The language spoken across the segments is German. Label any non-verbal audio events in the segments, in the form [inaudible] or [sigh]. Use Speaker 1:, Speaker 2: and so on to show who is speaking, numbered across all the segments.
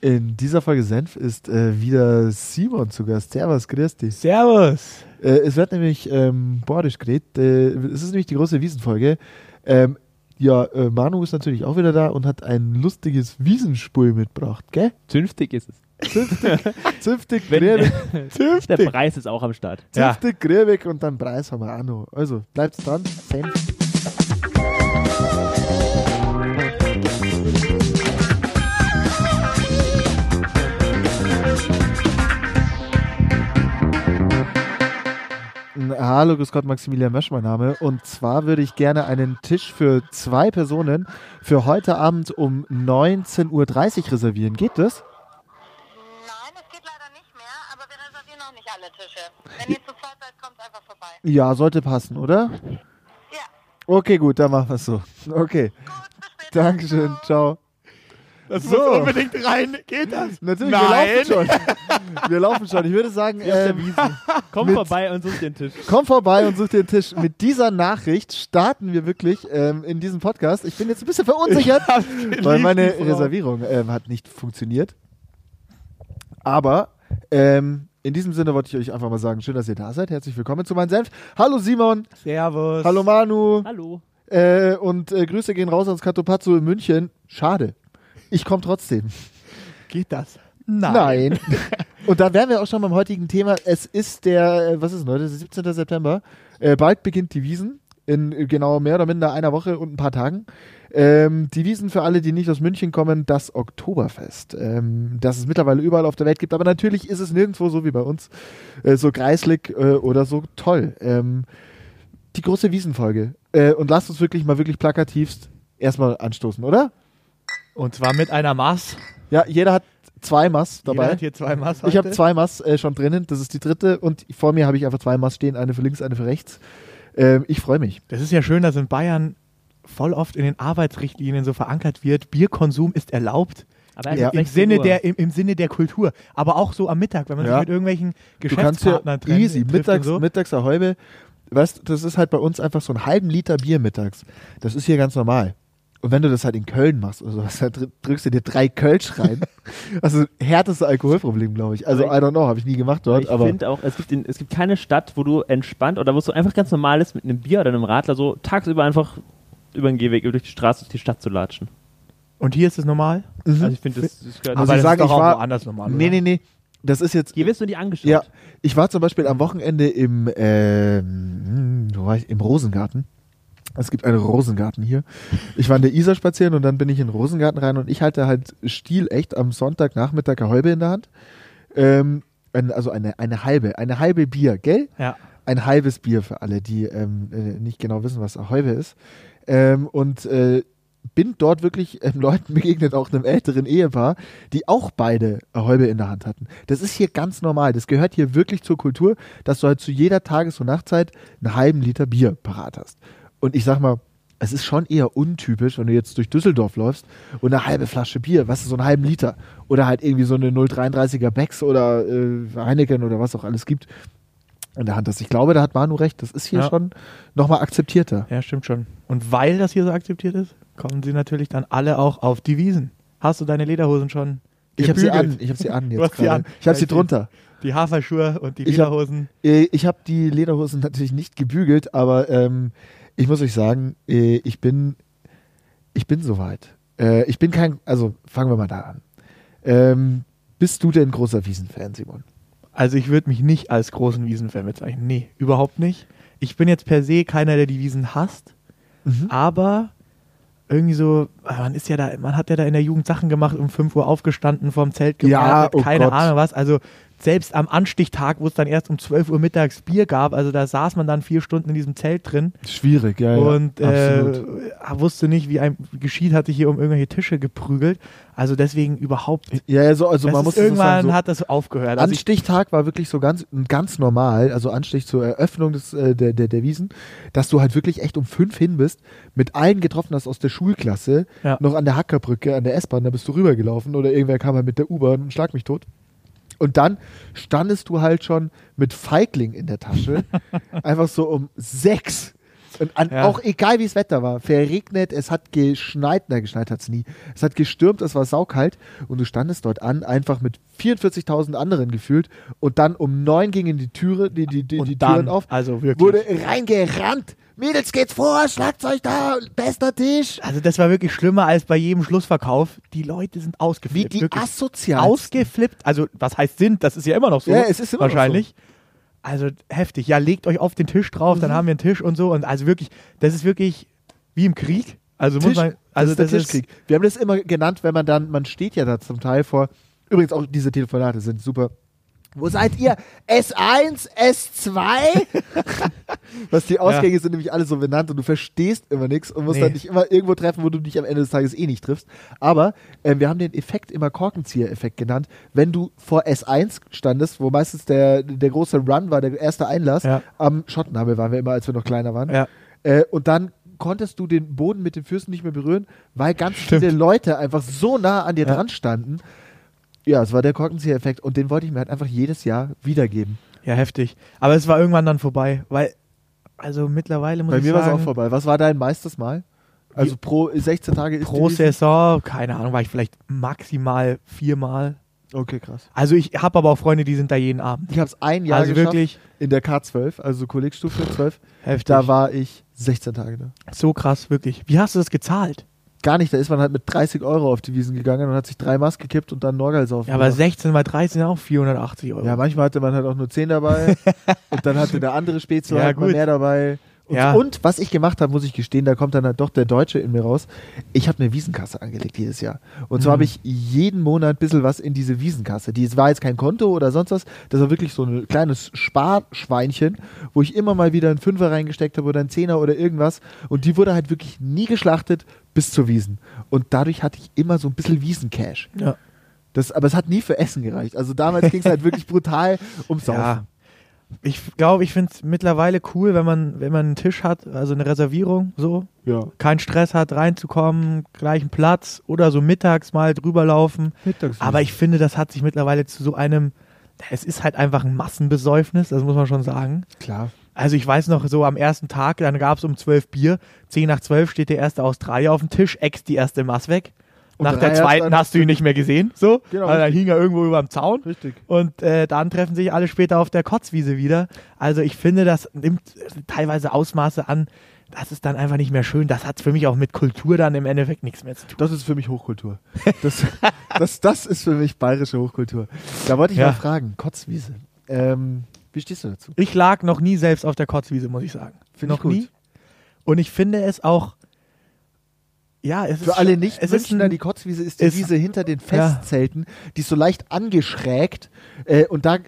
Speaker 1: In dieser Folge Senf ist äh, wieder Simon zu Gast. Servus, grüß dich.
Speaker 2: Servus!
Speaker 1: Äh, es wird nämlich ähm, Bordisch geredet. Äh, es ist nämlich die große Wiesenfolge. Ähm, ja, äh, Manu ist natürlich auch wieder da und hat ein lustiges Wiesenspul mitgebracht, gell?
Speaker 2: Zünftig ist es.
Speaker 1: Zünftig,
Speaker 2: Wenn-
Speaker 1: Grewig,
Speaker 2: [laughs] Der
Speaker 1: zünftig,
Speaker 2: Preis ist auch am Start.
Speaker 1: zünftig, Grewig und dann Preis haben wir auch noch. Also, bleibt dran. Senf. Hallo, grüß Gott, Maximilian Mösch, mein Name. Und zwar würde ich gerne einen Tisch für zwei Personen für heute Abend um 19.30 Uhr reservieren. Geht das?
Speaker 3: Nein, es geht leider nicht mehr, aber wir reservieren noch nicht alle Tische. Wenn ihr zu zweit seid, kommt einfach vorbei.
Speaker 1: Ja, sollte passen, oder?
Speaker 3: Ja,
Speaker 1: Okay, gut, dann machen wir es so. Okay,
Speaker 3: gut, bis später.
Speaker 1: Dankeschön, ciao.
Speaker 2: Das
Speaker 1: muss So.
Speaker 2: unbedingt rein. Geht das?
Speaker 1: Natürlich,
Speaker 2: Nein.
Speaker 1: wir laufen schon. Wir laufen schon. Ich würde sagen, ähm,
Speaker 2: Komm
Speaker 1: Mit-
Speaker 2: vorbei und such den Tisch.
Speaker 1: komm vorbei und such dir einen Tisch. Mit dieser Nachricht starten wir wirklich ähm, in diesem Podcast. Ich bin jetzt ein bisschen verunsichert, [laughs] weil meine Reservierung ähm, hat nicht funktioniert. Aber ähm, in diesem Sinne wollte ich euch einfach mal sagen, schön, dass ihr da seid. Herzlich willkommen zu meinem Senf. Hallo Simon,
Speaker 2: Servus.
Speaker 1: hallo Manu.
Speaker 2: Hallo.
Speaker 1: Äh, und äh, Grüße gehen raus ans Katopazzo in München. Schade. Ich komme trotzdem.
Speaker 2: Geht das?
Speaker 4: [laughs]
Speaker 1: Nein. Und da wären wir auch schon beim heutigen Thema. Es ist der, äh, was ist denn heute? Es ist 17. September. Äh, bald beginnt die Wiesen. In äh, genau mehr oder minder einer Woche und ein paar Tagen. Ähm, die Wiesen für alle, die nicht aus München kommen, das Oktoberfest. Ähm, das es mittlerweile überall auf der Welt gibt. Aber natürlich ist es nirgendwo so wie bei uns äh, so greislig äh, oder so toll. Ähm, die große Wiesenfolge. Äh, und lasst uns wirklich mal wirklich plakativst erstmal anstoßen, oder?
Speaker 4: Und zwar mit einer Maß.
Speaker 1: Ja, jeder hat zwei Mass dabei.
Speaker 4: Jeder hat hier zwei Maß.
Speaker 1: Ich habe
Speaker 4: heute.
Speaker 1: zwei Mass äh, schon drinnen, das ist die dritte und vor mir habe ich einfach zwei Mass stehen, eine für links, eine für rechts. Ähm, ich freue mich.
Speaker 4: Das ist ja schön, dass in Bayern voll oft in den Arbeitsrichtlinien so verankert wird, Bierkonsum ist erlaubt.
Speaker 2: Aber erst
Speaker 1: Ja.
Speaker 2: ab
Speaker 4: Im
Speaker 2: 16
Speaker 4: Sinne,
Speaker 2: Uhr.
Speaker 4: der, im, Im Sinne der Kultur. Aber auch so am Mittag, wenn man
Speaker 1: Ja.
Speaker 4: sich mit irgendwelchen
Speaker 1: Du kannst
Speaker 4: Geschäftspartnern
Speaker 1: ja
Speaker 4: treffen-
Speaker 1: easy,
Speaker 4: trifft und
Speaker 1: mittags,
Speaker 4: so.
Speaker 1: mittags eine halbe, weißt, du, das ist halt bei uns einfach so einen halben Liter Bier mittags. Das ist hier ganz normal. Und wenn du das halt in Köln machst oder sowas, dann dr- drückst du dir drei Kölsch
Speaker 4: [laughs]
Speaker 1: rein. also härteste Alkoholproblem, glaube ich. Also I
Speaker 2: Ich-
Speaker 1: don't know, habe ich nie gemacht dort,
Speaker 2: Ich
Speaker 1: aber
Speaker 2: finde auch, es gibt, in, es gibt keine Stadt, wo du entspannt oder wo es so einfach ganz normal ist, mit einem Bier oder einem Radler so tagsüber einfach über den Gehweg, über durch die Straße durch die Stadt zu latschen.
Speaker 4: Und hier ist es normal?
Speaker 2: Also ich finde, das, das gehört
Speaker 1: Mhm. Also ich
Speaker 4: aber das
Speaker 1: sag,
Speaker 4: ist doch
Speaker 1: ich
Speaker 4: auch
Speaker 1: war-
Speaker 4: woanders normal.
Speaker 1: nee,
Speaker 4: oder?
Speaker 1: nee, nee, das ist jetzt
Speaker 2: Hier wirst du nicht angeschaut.
Speaker 1: Ja, ich war zum Beispiel am Wochenende im, ähm, wo war ich? im Rosengarten. Es gibt einen Rosengarten hier. Ich war in der Isar spazieren und dann bin ich in den Rosengarten rein und ich hatte halt stilecht am Sonntagnachmittag eine Halbe in der Hand. Ähm, ein- also eine, eine halbe, eine halbe Bier, gell?
Speaker 4: Ja.
Speaker 1: Ein halbes Bier für alle, die ähm, äh, nicht genau wissen, was eine Halbe ist. Ähm, und äh, bin dort wirklich ähm, [laughs] Leuten begegnet, auch einem älteren Ehepaar, die auch beide eine Häube in der Hand hatten. Das ist hier ganz normal. Das gehört hier wirklich zur Kultur, dass du halt zu jeder Tages- und Nachtzeit einen halben Liter Bier parat hast. Und ich sag mal, es ist schon eher untypisch, wenn du jetzt durch Düsseldorf läufst und eine halbe Flasche Bier, was ist so einen halben Liter? Oder halt irgendwie so eine 0,33er Becks oder äh, Heineken oder was auch alles gibt in der Hand hast. Ich glaube, da hat Manu recht. Das ist hier
Speaker 4: Ja.
Speaker 1: schon nochmal akzeptierter.
Speaker 4: Ja, stimmt schon. Und weil das hier so akzeptiert ist, kommen sie natürlich dann alle auch auf die Wiesen. Hast du deine Lederhosen schon?
Speaker 1: Ich habe sie
Speaker 4: gebügelt?
Speaker 1: an. Ich habe sie
Speaker 4: [laughs]
Speaker 1: an
Speaker 4: Du
Speaker 1: jetzt
Speaker 4: hast sie
Speaker 1: gerade.
Speaker 4: an.
Speaker 1: Ich habe sie
Speaker 4: Ja, ich-
Speaker 1: drunter.
Speaker 4: Die Haferschuhe und die
Speaker 1: Ich hab-
Speaker 4: Lederhosen.
Speaker 1: Äh, Ich habe die Lederhosen natürlich nicht gebügelt, aber ähm, ich muss euch sagen, äh, ich bin, ich bin soweit. Äh, ich bin kein, also fangen wir mal da an. Ähm, bist du denn großer Wiesenfan, Simon?
Speaker 4: Also ich würde mich nicht als großen Wiesenfan bezeichnen. Nee, überhaupt nicht. Ich bin jetzt per se keiner, der die Wiesen hasst,
Speaker 1: Mhm.
Speaker 4: aber irgendwie so, ah, man ist ja da, man hat ja da in der Jugend Sachen gemacht, um 5 Uhr aufgestanden, vorm Zelt
Speaker 1: Ja,
Speaker 4: gewartet,
Speaker 1: oh
Speaker 4: keine
Speaker 1: Gott.
Speaker 4: Ahnung was. Also selbst am Anstichtag, wo es dann erst um 12 Uhr mittags Bier gab, also da saß man dann vier Stunden in diesem Zelt drin
Speaker 1: Schwierig, ja.
Speaker 4: und äh, wusste nicht, wie einem geschieht, hatte hier um irgendwelche Tische geprügelt. Also deswegen überhaupt.
Speaker 1: ja, ja, so, also
Speaker 4: Das
Speaker 1: man
Speaker 4: ist-
Speaker 1: muss das
Speaker 4: irgendwann
Speaker 1: sagen, so,
Speaker 4: hat das aufgehört. Also ich
Speaker 1: Anstichtag war wirklich so ganz, ganz normal, also Anstich zur Eröffnung des, äh, der, der, der Wiesen, dass du halt wirklich echt um fünf hin bist, mit allen getroffen hast aus der Schulklasse,
Speaker 4: Ja.
Speaker 1: noch an der Hackerbrücke, an der S-Bahn, da bist du rübergelaufen oder irgendwer kam halt mit der U-Bahn und schlag mich tot. Und dann
Speaker 4: [laughs]
Speaker 1: standest du halt schon mit Feigling in der Tasche, einfach so um sechs Und an,
Speaker 4: Ja.
Speaker 1: auch egal wie das Wetter war, verregnet, es hat geschneit, na geschneit hat es nie, es hat gestürmt, es war saukalt und du standest dort an, einfach mit 44.000 anderen gefühlt und dann um neun gingen die Türe, die, die, die,
Speaker 4: Und
Speaker 1: die Türen
Speaker 4: dann,
Speaker 1: auf,
Speaker 4: also wirklich.
Speaker 1: wurde reingerannt, Mädels geht's vor, Schlagzeug da, bester Tisch.
Speaker 4: also das war wirklich schlimmer als bei jedem Schlussverkauf. Die Leute sind
Speaker 1: Wie
Speaker 4: ausgeflippt.
Speaker 1: die
Speaker 4: wirklich.
Speaker 1: asozial.
Speaker 4: ausgeflippt. Also, was heißt sind? Das ist ja immer noch so.
Speaker 1: Ja, es ist immer noch
Speaker 4: Wahrscheinlich. Also, heftig. Ja, legt euch auf den Tisch drauf,
Speaker 1: Mhm.
Speaker 4: dann haben wir einen Tisch und so. Und also wirklich, das ist wirklich wie im Krieg. Also, muss
Speaker 1: Tisch,
Speaker 4: man. Also,
Speaker 1: das ist der Tischkrieg. Wir haben das immer genannt, wenn man dann, man steht ja da zum Teil vor. Übrigens auch diese Telefonate sind super. Wo seid ihr? S1,
Speaker 4: [laughs]
Speaker 1: S2? Was die Ausgänge sind nämlich alle so benannt und du verstehst immer nichts und musst
Speaker 4: Nee.
Speaker 1: dann dich immer irgendwo treffen, wo du dich am Ende des Tages eh nicht triffst. Aber ähm, wir haben den Effekt immer Korkenzieher-Effekt genannt. Wenn du vor S1 standest, wo meistens der, der große Run war, der erste Einlass,
Speaker 4: Ja.
Speaker 1: am Schottenhamel waren wir immer, als wir noch kleiner waren.
Speaker 4: Ja.
Speaker 1: Äh, und dann konntest du den Boden mit den Füßen nicht mehr berühren, weil ganz
Speaker 4: Stimmt.
Speaker 1: viele Leute einfach so nah an dir
Speaker 4: Ja.
Speaker 1: dran standen. Ja, es war der Korkenzieher-Effekt und den wollte ich mir halt einfach jedes Jahr wiedergeben.
Speaker 4: Ja, heftig. Aber es war irgendwann dann vorbei, weil. Also, mittlerweile muss
Speaker 1: Bei
Speaker 4: ich
Speaker 1: mir war es
Speaker 4: sagen.
Speaker 1: auch vorbei. Was war dein meistes Mal? Also pro 16 Tage ist
Speaker 4: Pro
Speaker 1: die-
Speaker 4: Saison, keine Ahnung, war ich vielleicht maximal viermal.
Speaker 1: Okay, krass.
Speaker 4: Also, ich habe aber auch Freunde, die sind da jeden Abend.
Speaker 1: Ich habe es ein Jahr
Speaker 4: also,
Speaker 1: geschafft
Speaker 4: wirklich
Speaker 1: in der K12, also Kollegstufe 12.
Speaker 4: heftig.
Speaker 1: Da war ich 16 Tage da.
Speaker 4: so krass, wirklich. Wie hast du das gezahlt?
Speaker 1: Gar nicht, da ist man halt mit 30 Euro auf die Wiesen gegangen und hat sich drei Maß gekippt und dann Norgals auf.
Speaker 4: Ja, aber 16 mal 13 auch 480 Euro.
Speaker 1: Ja, manchmal hatte man halt auch nur 10
Speaker 4: [laughs]
Speaker 1: dabei und dann hatte der andere Spezel
Speaker 4: Ja,
Speaker 1: halt mal
Speaker 4: gut.
Speaker 1: mehr dabei. Und,
Speaker 4: Ja.
Speaker 1: und was ich gemacht habe, muss ich gestehen, da kommt dann halt doch der Deutsche in mir raus. Ich habe eine Wiesenkasse angelegt jedes Jahr. Und zwar
Speaker 4: Mhm.
Speaker 1: habe ich jeden Monat ein bisschen was in diese Wiesenkasse. Die es war jetzt kein Konto oder sonst was. Das war wirklich so ein kleines Sparschweinchen, wo ich immer mal wieder einen Fünfer reingesteckt habe oder einen Zehner oder irgendwas. Und die wurde halt wirklich nie geschlachtet bis zur Wiesen. Und dadurch hatte ich immer so ein bisschen Wiesencash.
Speaker 4: Ja.
Speaker 1: Das, aber es hat nie für Essen gereicht. Also damals ging es halt wirklich brutal ums Saufen.
Speaker 4: [laughs] Ja. Ich glaube, ich finde es mittlerweile cool, wenn man, wenn man einen Tisch hat, also eine Reservierung, so,
Speaker 1: Ja.
Speaker 4: keinen Stress hat, reinzukommen, gleichen Platz oder so mittags mal drüber laufen. Aber ich finde, das hat sich mittlerweile zu so einem, es ist halt einfach ein Massenbesäufnis, das muss man schon sagen.
Speaker 1: klar.
Speaker 4: Also ich weiß noch, so am ersten Tag, dann gab es um 12 Bier, 10 nach 12 steht der erste Australier auf dem Tisch, ex die erste Maß weg.
Speaker 1: Und
Speaker 4: nach
Speaker 1: drei
Speaker 4: der
Speaker 1: hat's
Speaker 4: zweiten
Speaker 1: dann-
Speaker 4: hast du ihn nicht mehr gesehen, so,
Speaker 1: Genau,
Speaker 4: weil dann hing er irgendwo überm Zaun.
Speaker 1: Richtig.
Speaker 4: Und äh, dann treffen sich alle später auf der Kotzwiese wieder. Also ich finde, das nimmt teilweise Ausmaße an. Das ist dann einfach nicht mehr schön. Das hat für mich auch mit Kultur dann im Endeffekt nichts mehr zu tun.
Speaker 1: Das ist für mich Hochkultur. Das, [laughs] das, das ist für mich bayerische Hochkultur. Da wollte ich
Speaker 4: Ja.
Speaker 1: mal fragen, Kotzwiese. Ähm, wie stehst du dazu?
Speaker 4: Ich lag noch nie selbst auf der Kotzwiese, muss ich sagen.
Speaker 1: Finde
Speaker 4: noch
Speaker 1: ich gut.
Speaker 4: nie. Und ich finde es auch. Ja, es ist
Speaker 1: Für alle
Speaker 4: schon-
Speaker 1: nicht
Speaker 4: es ist
Speaker 1: Münchner,
Speaker 4: ein,
Speaker 1: die Kotzwiese ist die
Speaker 4: ist-
Speaker 1: Wiese hinter den Festzelten, die ist so leicht angeschrägt äh, und da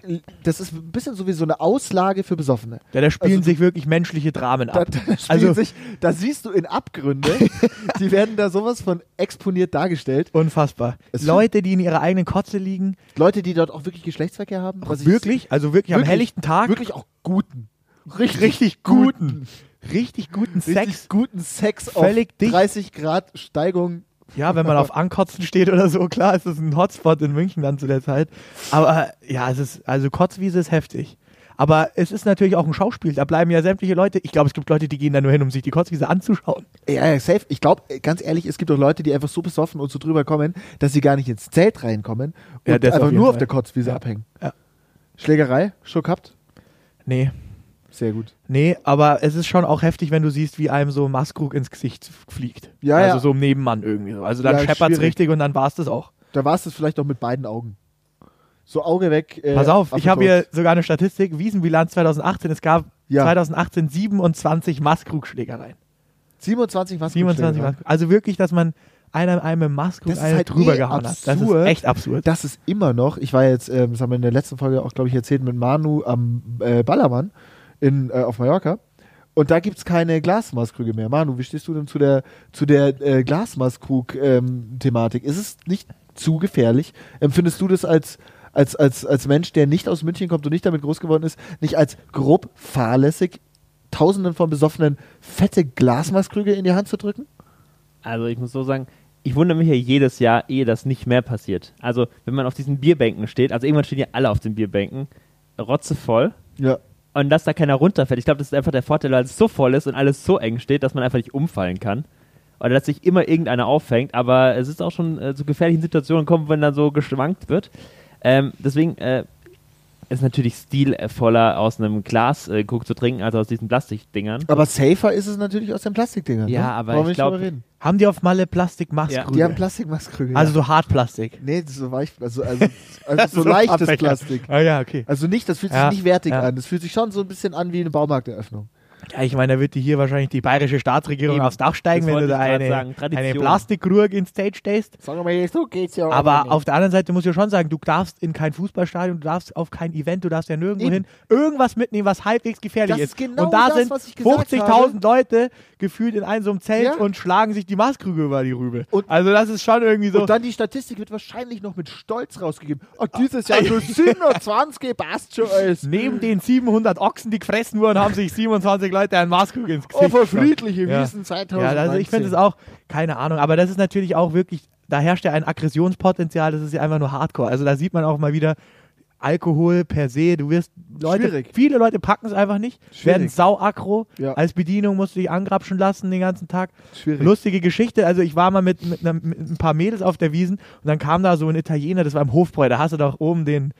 Speaker 1: das ist ein bisschen so wie so eine Auslage für Besoffene.
Speaker 4: ja, da spielen
Speaker 1: also-
Speaker 4: sich wirklich menschliche Dramen
Speaker 1: Da,
Speaker 4: ab.
Speaker 1: da, spielen
Speaker 4: also
Speaker 1: sich, da siehst du in Abgründe, die werden da sowas von exponiert dargestellt.
Speaker 4: unfassbar.
Speaker 1: Es-
Speaker 4: Leute, die in ihrer eigenen Kotze liegen,
Speaker 1: Leute, die dort auch wirklich Geschlechtsverkehr haben, Oh, was ich
Speaker 4: wirklich, also wirklich, am
Speaker 1: Wirklich?
Speaker 4: helllichten Tag,
Speaker 1: wirklich auch guten, richtig,
Speaker 4: richtig guten, richtig guten
Speaker 1: richtig
Speaker 4: Sex.
Speaker 1: guten Sex
Speaker 4: Völlig
Speaker 1: auf
Speaker 4: dicht.
Speaker 1: 30 Grad Steigung.
Speaker 4: Ja, wenn man auf Ankotzen steht oder so, klar, ist es ein Hotspot in München dann zu der Zeit. Aber ja, es ist, also Kotzwiese ist heftig. Aber es ist natürlich auch ein Schauspiel. Da bleiben ja sämtliche Leute. Ich glaube, es gibt Leute, die gehen da nur hin, um sich die Kotzwiese anzuschauen.
Speaker 1: Ja, ja, safe. Ich glaube, ganz ehrlich, es gibt auch Leute, die einfach so besoffen und so drüber kommen, dass sie gar nicht ins Zelt reinkommen und
Speaker 4: Ja, das
Speaker 1: einfach
Speaker 4: auf jeden
Speaker 1: nur auf
Speaker 4: Fall.
Speaker 1: der Kotzwiese
Speaker 4: Ja.
Speaker 1: abhängen.
Speaker 4: Ja.
Speaker 1: Schlägerei, schon gehabt?
Speaker 4: Nee.
Speaker 1: Sehr gut.
Speaker 4: Nee, aber es ist schon auch heftig, wenn du siehst, wie einem so Maskrug ins Gesicht fliegt.
Speaker 1: Ja,
Speaker 4: also
Speaker 1: ja.
Speaker 4: so im Nebenmann irgendwie so. Also dann
Speaker 1: Ja,
Speaker 4: scheppert's
Speaker 1: schwierig.
Speaker 4: richtig und dann war's das auch.
Speaker 1: Da war es das vielleicht auch mit beiden Augen. So Auge weg. Äh,
Speaker 4: Pass auf, ich
Speaker 1: Affe
Speaker 4: habe hier
Speaker 1: tot.
Speaker 4: sogar eine Statistik, Wiesenbilanz 2018. Es gab
Speaker 1: Ja.
Speaker 4: 2018 27 Maskrugschlägereien.
Speaker 1: 27 was
Speaker 4: 27 Masken. Also wirklich, dass man einer einem im Masken
Speaker 1: Das ist
Speaker 4: einen
Speaker 1: halt
Speaker 4: drüber
Speaker 1: eh
Speaker 4: gehauen hat. Das ist
Speaker 1: absurd.
Speaker 4: echt absurd.
Speaker 1: Das ist immer noch, ich war jetzt, ähm, das haben wir in der letzten Folge auch, glaube ich, erzählt, mit Manu am äh, Ballermann in, äh, auf Mallorca. Und da gibt es keine Glasmaskrüge mehr. Manu, wie stehst du denn zu der, zu der äh, Glasmaskrug-Thematik? ist es nicht zu gefährlich? Empfindest du das als, als, als, als Mensch, der nicht aus München kommt und nicht damit groß geworden ist, nicht als grob fahrlässig, Tausenden von Besoffenen fette Glasmaskrüge in die Hand zu drücken?
Speaker 2: Also ich muss so sagen, ich wundere mich ja jedes Jahr, ehe das nicht mehr passiert. Also wenn man auf diesen Bierbänken steht, also irgendwann stehen ja alle auf den Bierbänken, rotzevoll,
Speaker 1: Ja.
Speaker 2: und dass da keiner runterfällt. Ich glaube, das ist einfach der Vorteil, weil es so voll ist und alles so eng steht, dass man einfach nicht umfallen kann. Oder dass sich immer irgendeiner auffängt, aber es ist auch schon äh, zu gefährlichen Situationen kommt, wenn dann so geschwankt wird. Ähm, deswegen äh, ist natürlich stilvoller, aus einem Glas äh, Coke zu trinken, als aus diesen Plastikdingern.
Speaker 1: Aber safer ist es natürlich aus den Plastikdingern.
Speaker 2: Ja,
Speaker 1: ne?
Speaker 2: aber
Speaker 1: Wollen
Speaker 2: ich
Speaker 1: wir nicht drüber
Speaker 2: glaub-
Speaker 1: reden?
Speaker 4: Haben die auf Malle Plastikmaßkrüge?
Speaker 1: Die haben Plastikmaßkrüge.
Speaker 4: also so Hartplastik.
Speaker 1: Nee, das ist so weich, also, also,
Speaker 4: [laughs]
Speaker 1: also [laughs] so
Speaker 4: ist
Speaker 1: leichtes
Speaker 4: abfächert.
Speaker 1: Plastik.
Speaker 4: Ah ja, okay.
Speaker 1: Also nicht, das fühlt sich
Speaker 4: Ja,
Speaker 1: nicht wertig
Speaker 4: ja.
Speaker 1: an. Das fühlt sich schon so ein bisschen an wie eine Baumarkteröffnung.
Speaker 4: Ja, ich meine, da wird dir hier wahrscheinlich die bayerische Staatsregierung
Speaker 2: Eben.
Speaker 4: aufs Dach steigen,
Speaker 2: Das
Speaker 4: wenn du
Speaker 2: wollte
Speaker 4: da
Speaker 2: ich grad
Speaker 4: eine,
Speaker 2: sagen. Tradition.
Speaker 4: eine Plastikkrug ins Stage stellst.
Speaker 1: Sag mal, so geht's ja
Speaker 4: Aber auf der anderen Seite muss ich ja schon sagen, du darfst in kein Fußballstadion, du darfst auf kein Event, du darfst ja nirgendwo
Speaker 1: Eben.
Speaker 4: hin irgendwas mitnehmen, was halbwegs gefährlich
Speaker 1: Das ist
Speaker 4: ist.
Speaker 1: genau
Speaker 4: und da
Speaker 1: das,
Speaker 4: sind
Speaker 1: was ich gesagt habe.
Speaker 4: 50.000 Leute gefühlt in einem so einem Zelt
Speaker 1: Ja.
Speaker 4: und schlagen sich die Maßkrüge über die Rübe.
Speaker 1: Und-
Speaker 4: also das ist schon irgendwie so. Ah.
Speaker 1: Und dann die Statistik wird wahrscheinlich noch mit Stolz rausgegeben. Oh, dieses Jahr
Speaker 4: [laughs]
Speaker 1: nur 27 passt schon alles.
Speaker 4: neben den 700 Ochsen, die gefressen wurden, haben sich 27 Leute einen Maßkrug ins Gesicht
Speaker 1: Oh, voll
Speaker 4: geschlagen.
Speaker 1: friedliche
Speaker 4: Ja.
Speaker 1: Wiesen 2019.
Speaker 4: Ja, also ich finde es auch, keine Ahnung, aber das ist natürlich auch wirklich, da herrscht ja ein Aggressionspotenzial, das ist ja einfach nur Hardcore. Also da sieht man auch mal wieder Alkohol per se, du wirst Leute,
Speaker 1: Schwierig.
Speaker 4: viele Leute packen es einfach nicht,
Speaker 1: Schwierig.
Speaker 4: werden sau aggro,
Speaker 1: Ja.
Speaker 4: als Bedienung musst du dich angrapschen lassen den ganzen Tag.
Speaker 1: Schwierig.
Speaker 4: Lustige Geschichte, also ich war mal mit, mit, einer, mit ein paar Mädels auf der Wiesen und dann kam da so ein Italiener, das war im Hofbräu, da hast du doch oben den,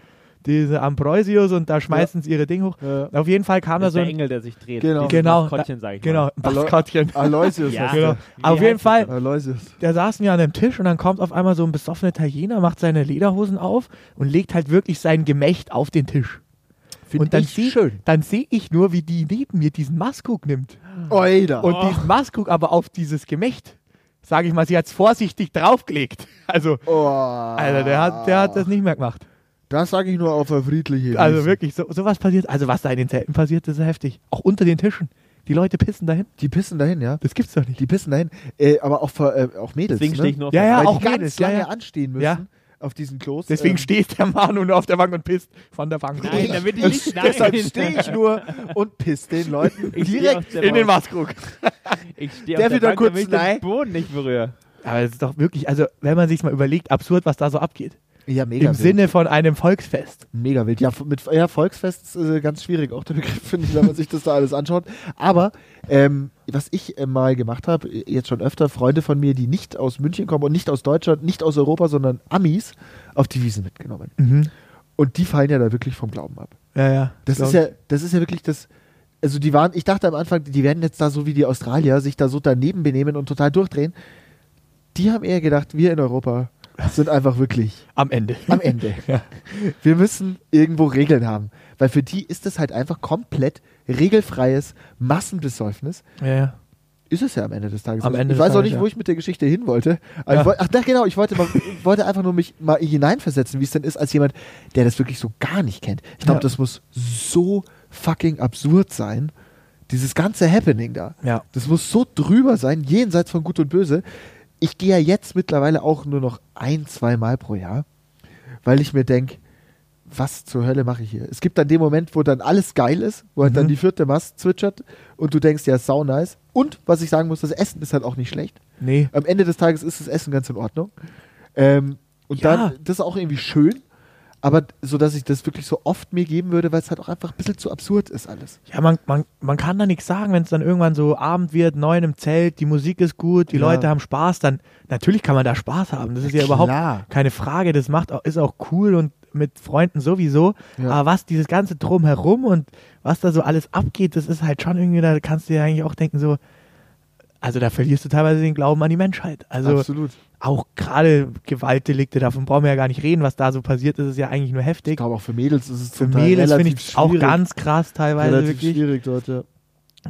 Speaker 4: diese Ambrosius und da schmeißen sie ihre Ding hoch.
Speaker 1: Ja.
Speaker 4: Auf jeden Fall
Speaker 2: Das
Speaker 4: kam da
Speaker 2: ist
Speaker 4: so
Speaker 2: der
Speaker 4: ein,
Speaker 2: Engel, der sich dreht.
Speaker 1: Genau.
Speaker 2: Dieses
Speaker 4: genau,
Speaker 2: Maskottchen, sag ich
Speaker 4: genau,
Speaker 2: mal.
Speaker 4: Maskottchen.
Speaker 1: Aloysius.
Speaker 2: Ja.
Speaker 1: heißt
Speaker 4: Genau.
Speaker 1: er.
Speaker 2: Wie
Speaker 4: Auf
Speaker 2: heißt
Speaker 4: jeden
Speaker 2: das
Speaker 4: Fall,
Speaker 1: Aloysius.
Speaker 4: da saßen wir an einem Tisch und dann kommt auf einmal so ein besoffener Italiener, macht seine Lederhosen auf und legt halt wirklich sein Gemächt auf den Tisch. und dann
Speaker 1: ich
Speaker 4: seh-
Speaker 1: schön.
Speaker 4: Dann sehe ich nur, wie die neben mir diesen Maskuk nimmt.
Speaker 1: Oida.
Speaker 4: Und diesen Maskuk aber auf dieses Gemächt, sage ich mal, sie hat es vorsichtig draufgelegt. Also,
Speaker 1: oh.
Speaker 4: Alter, der hat, der hat das nicht mehr gemacht.
Speaker 1: Das sage Oh. ich nur auf eine friedliche
Speaker 4: Also
Speaker 1: Wiesen.
Speaker 4: wirklich, so, sowas passiert. Also, was da in den Zelten passiert, das ist heftig. Auch unter den Tischen. Die Leute pissen dahin.
Speaker 1: Die pissen dahin, ja.
Speaker 4: Das gibt's doch nicht.
Speaker 1: Die pissen dahin. Äh, aber auch, für, äh, auch Mädels.
Speaker 2: Deswegen
Speaker 1: ne?
Speaker 2: stehe ich nur auf
Speaker 4: Ja,
Speaker 2: der
Speaker 4: ja,
Speaker 1: Weil
Speaker 4: auch
Speaker 1: die ganz
Speaker 4: Mädels, ja,
Speaker 1: lange
Speaker 4: ja.
Speaker 1: anstehen müssen
Speaker 4: Ja.
Speaker 1: auf diesen Klos.
Speaker 4: Deswegen
Speaker 1: Ähm,
Speaker 4: steht der Manu nur auf der Bank und pisst von der Bank.
Speaker 2: Nein, damit ich nicht. Nein.
Speaker 1: [laughs] Deshalb stehe ich nur und piss den Leuten
Speaker 2: Ich steh auf
Speaker 1: direkt
Speaker 2: der
Speaker 1: in den
Speaker 2: Bank.
Speaker 1: Maßkrug.
Speaker 2: Ich stehe
Speaker 1: Der
Speaker 2: auf der
Speaker 1: wieder
Speaker 2: Bank,
Speaker 1: kurz
Speaker 2: damit ich
Speaker 1: nein.
Speaker 2: den Boden nicht berühre.
Speaker 4: Aber es ist doch wirklich, also wenn man sich mal überlegt, absurd, was da so abgeht.
Speaker 1: Ja, mega wild.
Speaker 4: Im Sinne von einem Volksfest.
Speaker 1: Mega wild. Ja, f- mit ja, Volksfest ist äh, ganz schwierig, auch der Begriff, finde ich, wenn man sich das da alles anschaut. Aber ähm, was ich äh, mal gemacht habe, äh, jetzt schon öfter, Freunde von mir, die nicht aus München kommen und nicht aus Deutschland, nicht aus Europa, sondern Amis, auf die Wiesen mitgenommen. Und die fallen ja da wirklich vom Glauben ab.
Speaker 4: Ja, ja.
Speaker 1: Mhm. Das
Speaker 4: glaub
Speaker 1: ist ja, das ist ja wirklich das. Also die waren, ich dachte am Anfang, die werden jetzt da so wie die Australier sich da so daneben benehmen und total durchdrehen. Die haben eher gedacht, wir in Europa sind einfach wirklich
Speaker 4: ich. Am Ende.
Speaker 1: am Ende.
Speaker 4: [laughs] Ja.
Speaker 1: Wir müssen irgendwo Regeln haben, weil für die ist es halt einfach komplett regelfreies Massenbesäufnis.
Speaker 4: Ja, ja.
Speaker 1: Ist es ja am Ende des Tages.
Speaker 4: Am
Speaker 1: Also
Speaker 4: Ende
Speaker 1: ich
Speaker 4: des
Speaker 1: weiß auch
Speaker 4: Tages,
Speaker 1: nicht,
Speaker 4: ja.
Speaker 1: wo ich mit der Geschichte hin wollte. Aber
Speaker 4: Ja.
Speaker 1: ich wollt, ach, na, genau, ich wollte,
Speaker 4: [laughs]
Speaker 1: mal, ich wollte einfach nur mich mal hineinversetzen, wie es denn ist, als jemand, der das wirklich so gar nicht kennt. Ich glaube,
Speaker 4: Ja.
Speaker 1: das muss so fucking absurd sein. Dieses ganze Happening da.
Speaker 4: Ja.
Speaker 1: Das muss so drüber sein, jenseits von Gut und Böse. Ich gehe ja jetzt mittlerweile auch nur noch ein, zwei Mal pro Jahr, weil ich mir denke, was zur Hölle mache ich hier? Es gibt dann den Moment, wo dann alles geil ist, wo
Speaker 4: Mhm.
Speaker 1: halt dann die vierte Mast zwitschert und du denkst, ja, sau nice. Und was ich sagen muss, das Essen ist halt auch nicht schlecht.
Speaker 4: Nee.
Speaker 1: Am Ende des Tages ist das Essen ganz in Ordnung. Ähm, und
Speaker 4: Ja.
Speaker 1: dann, das ist auch irgendwie schön, aber so, dass ich das wirklich so oft mir geben würde, weil es halt auch einfach ein bisschen zu absurd ist alles.
Speaker 4: Ja, man, man, man kann da nichts sagen, wenn es dann irgendwann so Abend wird, neun im Zelt, die Musik ist gut, die
Speaker 1: Ja.
Speaker 4: Leute haben Spaß, dann natürlich kann man da Spaß haben. Das ist ja,
Speaker 1: klar.
Speaker 4: überhaupt keine Frage. Das macht auch, ist auch cool und mit Freunden sowieso.
Speaker 1: Ja.
Speaker 4: Aber was dieses ganze drumherum und was da so alles abgeht, das ist halt schon irgendwie, da kannst du dir eigentlich auch denken, so, also da verlierst du teilweise den Glauben an die Menschheit. Also
Speaker 1: Absolut.
Speaker 4: auch gerade Gewaltdelikte, davon brauchen wir ja gar nicht reden, was da so passiert ist, ist ja eigentlich nur
Speaker 1: Ich
Speaker 4: heftig.
Speaker 1: glaube, auch für Mädels ist es
Speaker 4: Für
Speaker 1: zum Teil
Speaker 4: Mädels finde
Speaker 1: relativ
Speaker 4: ich auch
Speaker 1: schwierig.
Speaker 4: ganz krass teilweise
Speaker 1: relativ
Speaker 4: wirklich.
Speaker 1: schwierig dort, ja.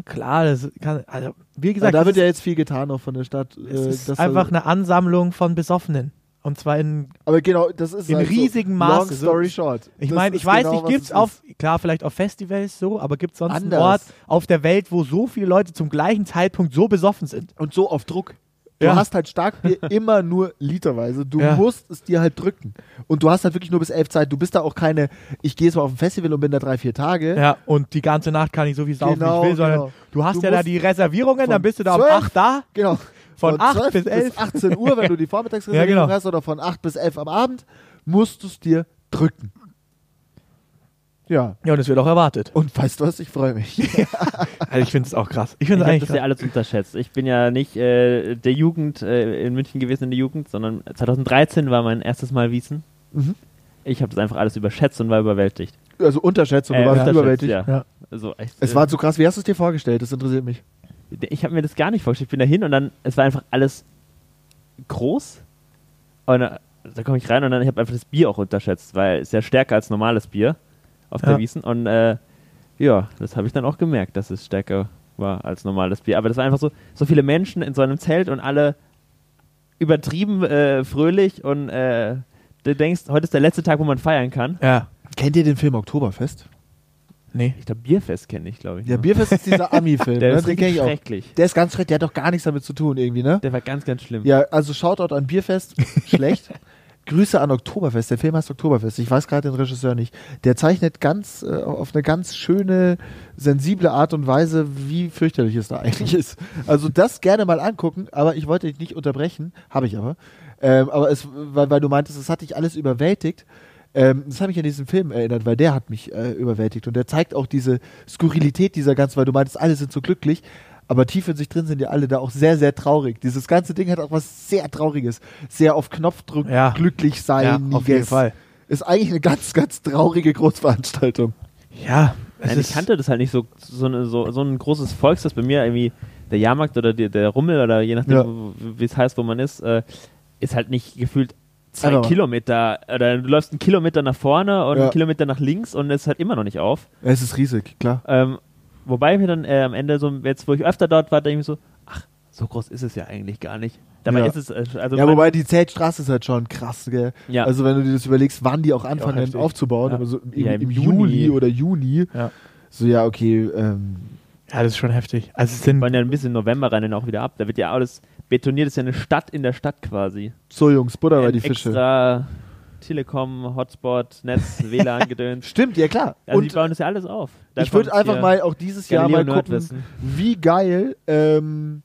Speaker 4: Klar, das kann, also wie
Speaker 1: Aber
Speaker 4: gesagt,
Speaker 1: da
Speaker 4: das
Speaker 1: wird
Speaker 4: ist,
Speaker 1: ja jetzt viel getan auch von der Stadt. äh,
Speaker 4: es ist
Speaker 1: dass-
Speaker 4: einfach eine Ansammlung von Besoffenen. Und zwar in,
Speaker 1: aber genau, das ist
Speaker 4: in
Speaker 1: halt
Speaker 4: riesigem
Speaker 1: so,
Speaker 4: Maße.
Speaker 1: Long story short.
Speaker 4: ich
Speaker 1: Das
Speaker 4: meine,
Speaker 1: ist
Speaker 4: ich weiß
Speaker 1: genau,
Speaker 4: nicht,
Speaker 1: was
Speaker 4: gibt's
Speaker 1: es ist.
Speaker 4: auf, klar, vielleicht auf Festivals so, aber gibt's sonst
Speaker 1: Anders.
Speaker 4: einen Ort auf der Welt, wo so viele Leute zum gleichen Zeitpunkt so besoffen sind?
Speaker 1: Und so auf Druck. Du
Speaker 4: Ja.
Speaker 1: hast halt Starkbier
Speaker 4: [laughs]
Speaker 1: immer nur literweise. Du
Speaker 4: Ja.
Speaker 1: musst es dir halt drücken. Und du hast halt wirklich nur bis elf Zeit. Du bist da auch keine, ich gehe jetzt mal auf ein Festival und bin da drei, vier Tage.
Speaker 4: Ja, und die ganze Nacht kann ich so viel saufen,
Speaker 1: Genau,
Speaker 4: wie ich will, sondern
Speaker 1: genau.
Speaker 4: du hast
Speaker 1: Du
Speaker 4: ja da
Speaker 1: musst
Speaker 4: die Reservierungen, dann
Speaker 1: von
Speaker 4: bist du da um
Speaker 1: 12
Speaker 4: 8 da.
Speaker 1: Genau.
Speaker 4: Von 8
Speaker 1: 12
Speaker 4: bis 11.
Speaker 1: 18 Uhr, wenn du
Speaker 4: [laughs]
Speaker 1: die Vormittagsreservierung
Speaker 4: Ja, genau.
Speaker 1: hast, oder von 8 bis 11 am Abend, musst du es dir drücken. Ja.
Speaker 4: Ja, und es wird
Speaker 1: [laughs]
Speaker 4: auch erwartet.
Speaker 1: Und weißt du was? Ich freue
Speaker 4: [laughs]
Speaker 1: mich.
Speaker 4: Also ich finde es auch krass. Ich
Speaker 2: Ich
Speaker 4: finde es
Speaker 2: habe
Speaker 4: eigentlich
Speaker 2: das ja
Speaker 4: krass.
Speaker 2: alles unterschätzt. Ich bin ja nicht äh, der Jugend äh, in München gewesen in der Jugend, sondern 2013 war mein erstes Mal Wiesen.
Speaker 1: Mhm.
Speaker 2: Ich habe das einfach alles überschätzt und war überwältigt.
Speaker 1: Also Unterschätzung, du
Speaker 2: Äh,
Speaker 1: warst
Speaker 2: unterschätzt,
Speaker 1: überwältigt.
Speaker 2: Ja.
Speaker 4: Ja.
Speaker 2: Also, echt,
Speaker 1: Es
Speaker 2: äh,
Speaker 1: war zu krass. Wie hast du es dir vorgestellt? Das interessiert mich.
Speaker 2: ich habe mir das gar nicht vorgestellt. Ich bin da hin und dann, es war einfach alles groß. Und da, da komme ich rein und dann, ich habe einfach das Bier auch unterschätzt, weil es ja stärker als normales Bier auf
Speaker 4: Ja.
Speaker 2: der Wiesen. Und äh, ja, das habe ich dann auch gemerkt, dass es stärker war als normales Bier. Aber das war einfach so, so viele Menschen in so einem Zelt und alle übertrieben äh, fröhlich und äh, du denkst, heute ist der letzte Tag, wo man feiern kann.
Speaker 4: ja.
Speaker 1: Kennt ihr den Film Oktoberfest?
Speaker 4: Nee.
Speaker 2: Ich glaube, Bierfest kenne ich, glaube ich.
Speaker 1: Ja,
Speaker 2: nur.
Speaker 1: Bierfest ist
Speaker 2: [laughs]
Speaker 1: dieser Ami-Film.
Speaker 2: der
Speaker 1: ne?
Speaker 2: ist
Speaker 1: Den kenne
Speaker 2: richtig
Speaker 1: ich auch.
Speaker 2: schrecklich.
Speaker 1: Der ist ganz schrecklich. Der hat doch gar nichts damit zu tun irgendwie, ne?
Speaker 2: Der war ganz, ganz schlimm.
Speaker 1: Ja, also Shoutout an Bierfest. Schlecht. Grüße an Oktoberfest. Der Film heißt Oktoberfest. Ich weiß gerade den Regisseur nicht. Der zeichnet ganz äh, auf eine ganz schöne, sensible Art und Weise, wie fürchterlich es da eigentlich ist. Also das gerne mal angucken, aber ich wollte dich nicht unterbrechen, habe ich aber. Ähm, aber es, weil, weil du meintest, es hat dich alles überwältigt. Ähm, das hat mich an diesen Film erinnert, weil der hat mich äh, überwältigt und der zeigt auch diese Skurrilität dieser ganzen, weil du meintest, alle sind so glücklich, aber tief in sich drin sind ja alle da auch sehr, sehr traurig. Dieses ganze Ding hat auch was sehr Trauriges, sehr auf Knopfdruck
Speaker 4: Ja.
Speaker 1: glücklich sein.
Speaker 4: Ja, auf jeden Fall.
Speaker 1: Ist eigentlich eine ganz, ganz traurige Großveranstaltung.
Speaker 4: Ja.
Speaker 2: Nein, ich kannte das halt nicht so, so, eine- so, so ein großes Volksfest. Bei mir irgendwie der Jahrmarkt oder die, der Rummel oder je nachdem,
Speaker 1: Ja.
Speaker 2: wo- wie es heißt, wo man ist, äh, ist halt nicht gefühlt zwei
Speaker 1: Aber-
Speaker 2: Kilometer. Oder du läufst einen Kilometer nach vorne und
Speaker 1: Ja.
Speaker 2: einen Kilometer nach links und es hört immer noch nicht auf.
Speaker 1: Es ist riesig, klar.
Speaker 2: Ähm, wobei mir dann äh, am Ende so, jetzt wo ich öfter dort war, denke ich mir so, ach, so groß ist es ja eigentlich gar nicht. Dabei
Speaker 1: Ja.
Speaker 2: ist es, äh, also
Speaker 1: Ja,
Speaker 2: man-
Speaker 1: wobei die Zeltstraße ist halt schon krass, gell?
Speaker 2: Ja.
Speaker 1: Also wenn du dir das überlegst, wann die auch anfangen
Speaker 4: heftig.
Speaker 1: aufzubauen,
Speaker 4: Ja.
Speaker 1: aber so im,
Speaker 2: Ja,
Speaker 1: im,
Speaker 2: im
Speaker 1: Juli
Speaker 2: Juni.
Speaker 1: oder Juni,
Speaker 4: Ja.
Speaker 1: so ja, okay, ähm,
Speaker 4: Ja, das ist schon heftig. Also es sind
Speaker 2: wollen ja ein bisschen November rein und auch wieder ab. Da wird ja alles betoniert, ist ja eine Stadt in der Stadt quasi.
Speaker 1: so Jungs, Butter bei
Speaker 2: Ähm,
Speaker 1: die Fische.
Speaker 2: Extra Telekom, Hotspot,
Speaker 1: [laughs]
Speaker 2: Netz, WLAN gedöns.
Speaker 1: Stimmt, ja klar.
Speaker 2: Also die
Speaker 1: Und
Speaker 2: bauen das ja alles auf. Da
Speaker 1: ich würde
Speaker 2: kommt
Speaker 1: einfach
Speaker 2: hier
Speaker 1: mal auch dieses Jahr
Speaker 2: Galileo
Speaker 1: mal gucken,
Speaker 2: Nerdwissen.
Speaker 1: wie geil ähm,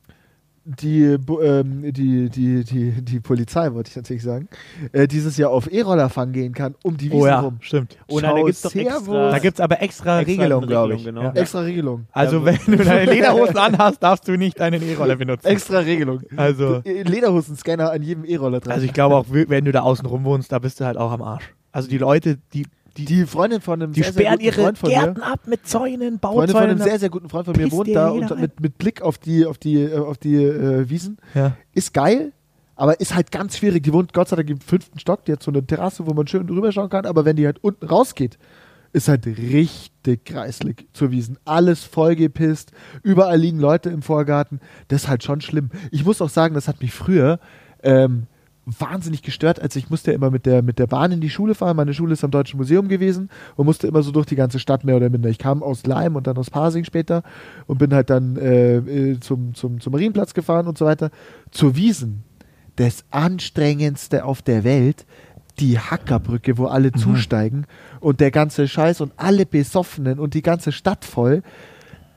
Speaker 1: die, Bu- ähm, die, die, die, die Polizei, wollte ich natürlich sagen, äh, dieses Jahr auf E-Roller fangen gehen kann, um die Wiesen
Speaker 4: Oh ja,
Speaker 1: rum.
Speaker 4: stimmt.
Speaker 2: Oh nein, da
Speaker 1: Ciao,
Speaker 2: gibt's doch extra-
Speaker 1: Servus.
Speaker 4: Da gibt es aber extra,
Speaker 2: Extra
Speaker 4: Regelungen, glaube ich.
Speaker 2: Regelung,
Speaker 4: Ja.
Speaker 2: genau.
Speaker 1: Extra Regelung.
Speaker 4: Also
Speaker 2: Ja,
Speaker 4: wenn [laughs] du deine Lederhosen anhast, darfst du nicht deinen E-Roller benutzen.
Speaker 1: Extra Regelung. äh,
Speaker 4: Also,
Speaker 1: Lederhosenscanner an jedem E-Roller dran.
Speaker 4: also ich glaube auch, wenn du da außen rum wohnst, da bist du halt auch am Arsch. Also die Leute, die, die,
Speaker 1: die Freundin von einem sehr, sehr guten Freund von mir,
Speaker 4: ab mit Zäunen,
Speaker 1: Freundin von einem sehr, sehr guten Freund von mir
Speaker 4: Pisst
Speaker 1: wohnt
Speaker 4: dir
Speaker 1: da
Speaker 4: jeder
Speaker 1: und
Speaker 4: ein.
Speaker 1: mit, mit Blick auf die, auf die, äh, auf die äh, Wiesen.
Speaker 4: ja.
Speaker 1: Ist geil, aber ist halt ganz schwierig. Die wohnt Gott sei Dank im fünften Stock, die hat so eine Terrasse, wo man schön rüberschauen kann, aber wenn die halt unten rausgeht, ist halt richtig kreislig zur Wiesen. Alles vollgepisst, überall liegen Leute im Vorgarten. Das ist halt schon schlimm. Ich muss auch sagen, das hat mich früher ähm, wahnsinnig gestört, als ich musste immer mit der, mit der Bahn in die Schule fahren. Meine Schule ist am Deutschen Museum gewesen und musste immer so durch die ganze Stadt mehr oder minder. Ich kam aus Leim und dann aus Pasing später und bin halt dann äh, äh, zum, zum, zum Marienplatz gefahren und so weiter. Zur Wiesen, das anstrengendste auf der Welt, die Hackerbrücke, wo
Speaker 4: Mhm.
Speaker 1: alle zusteigen und der ganze Scheiß und alle Besoffenen und die ganze Stadt voll.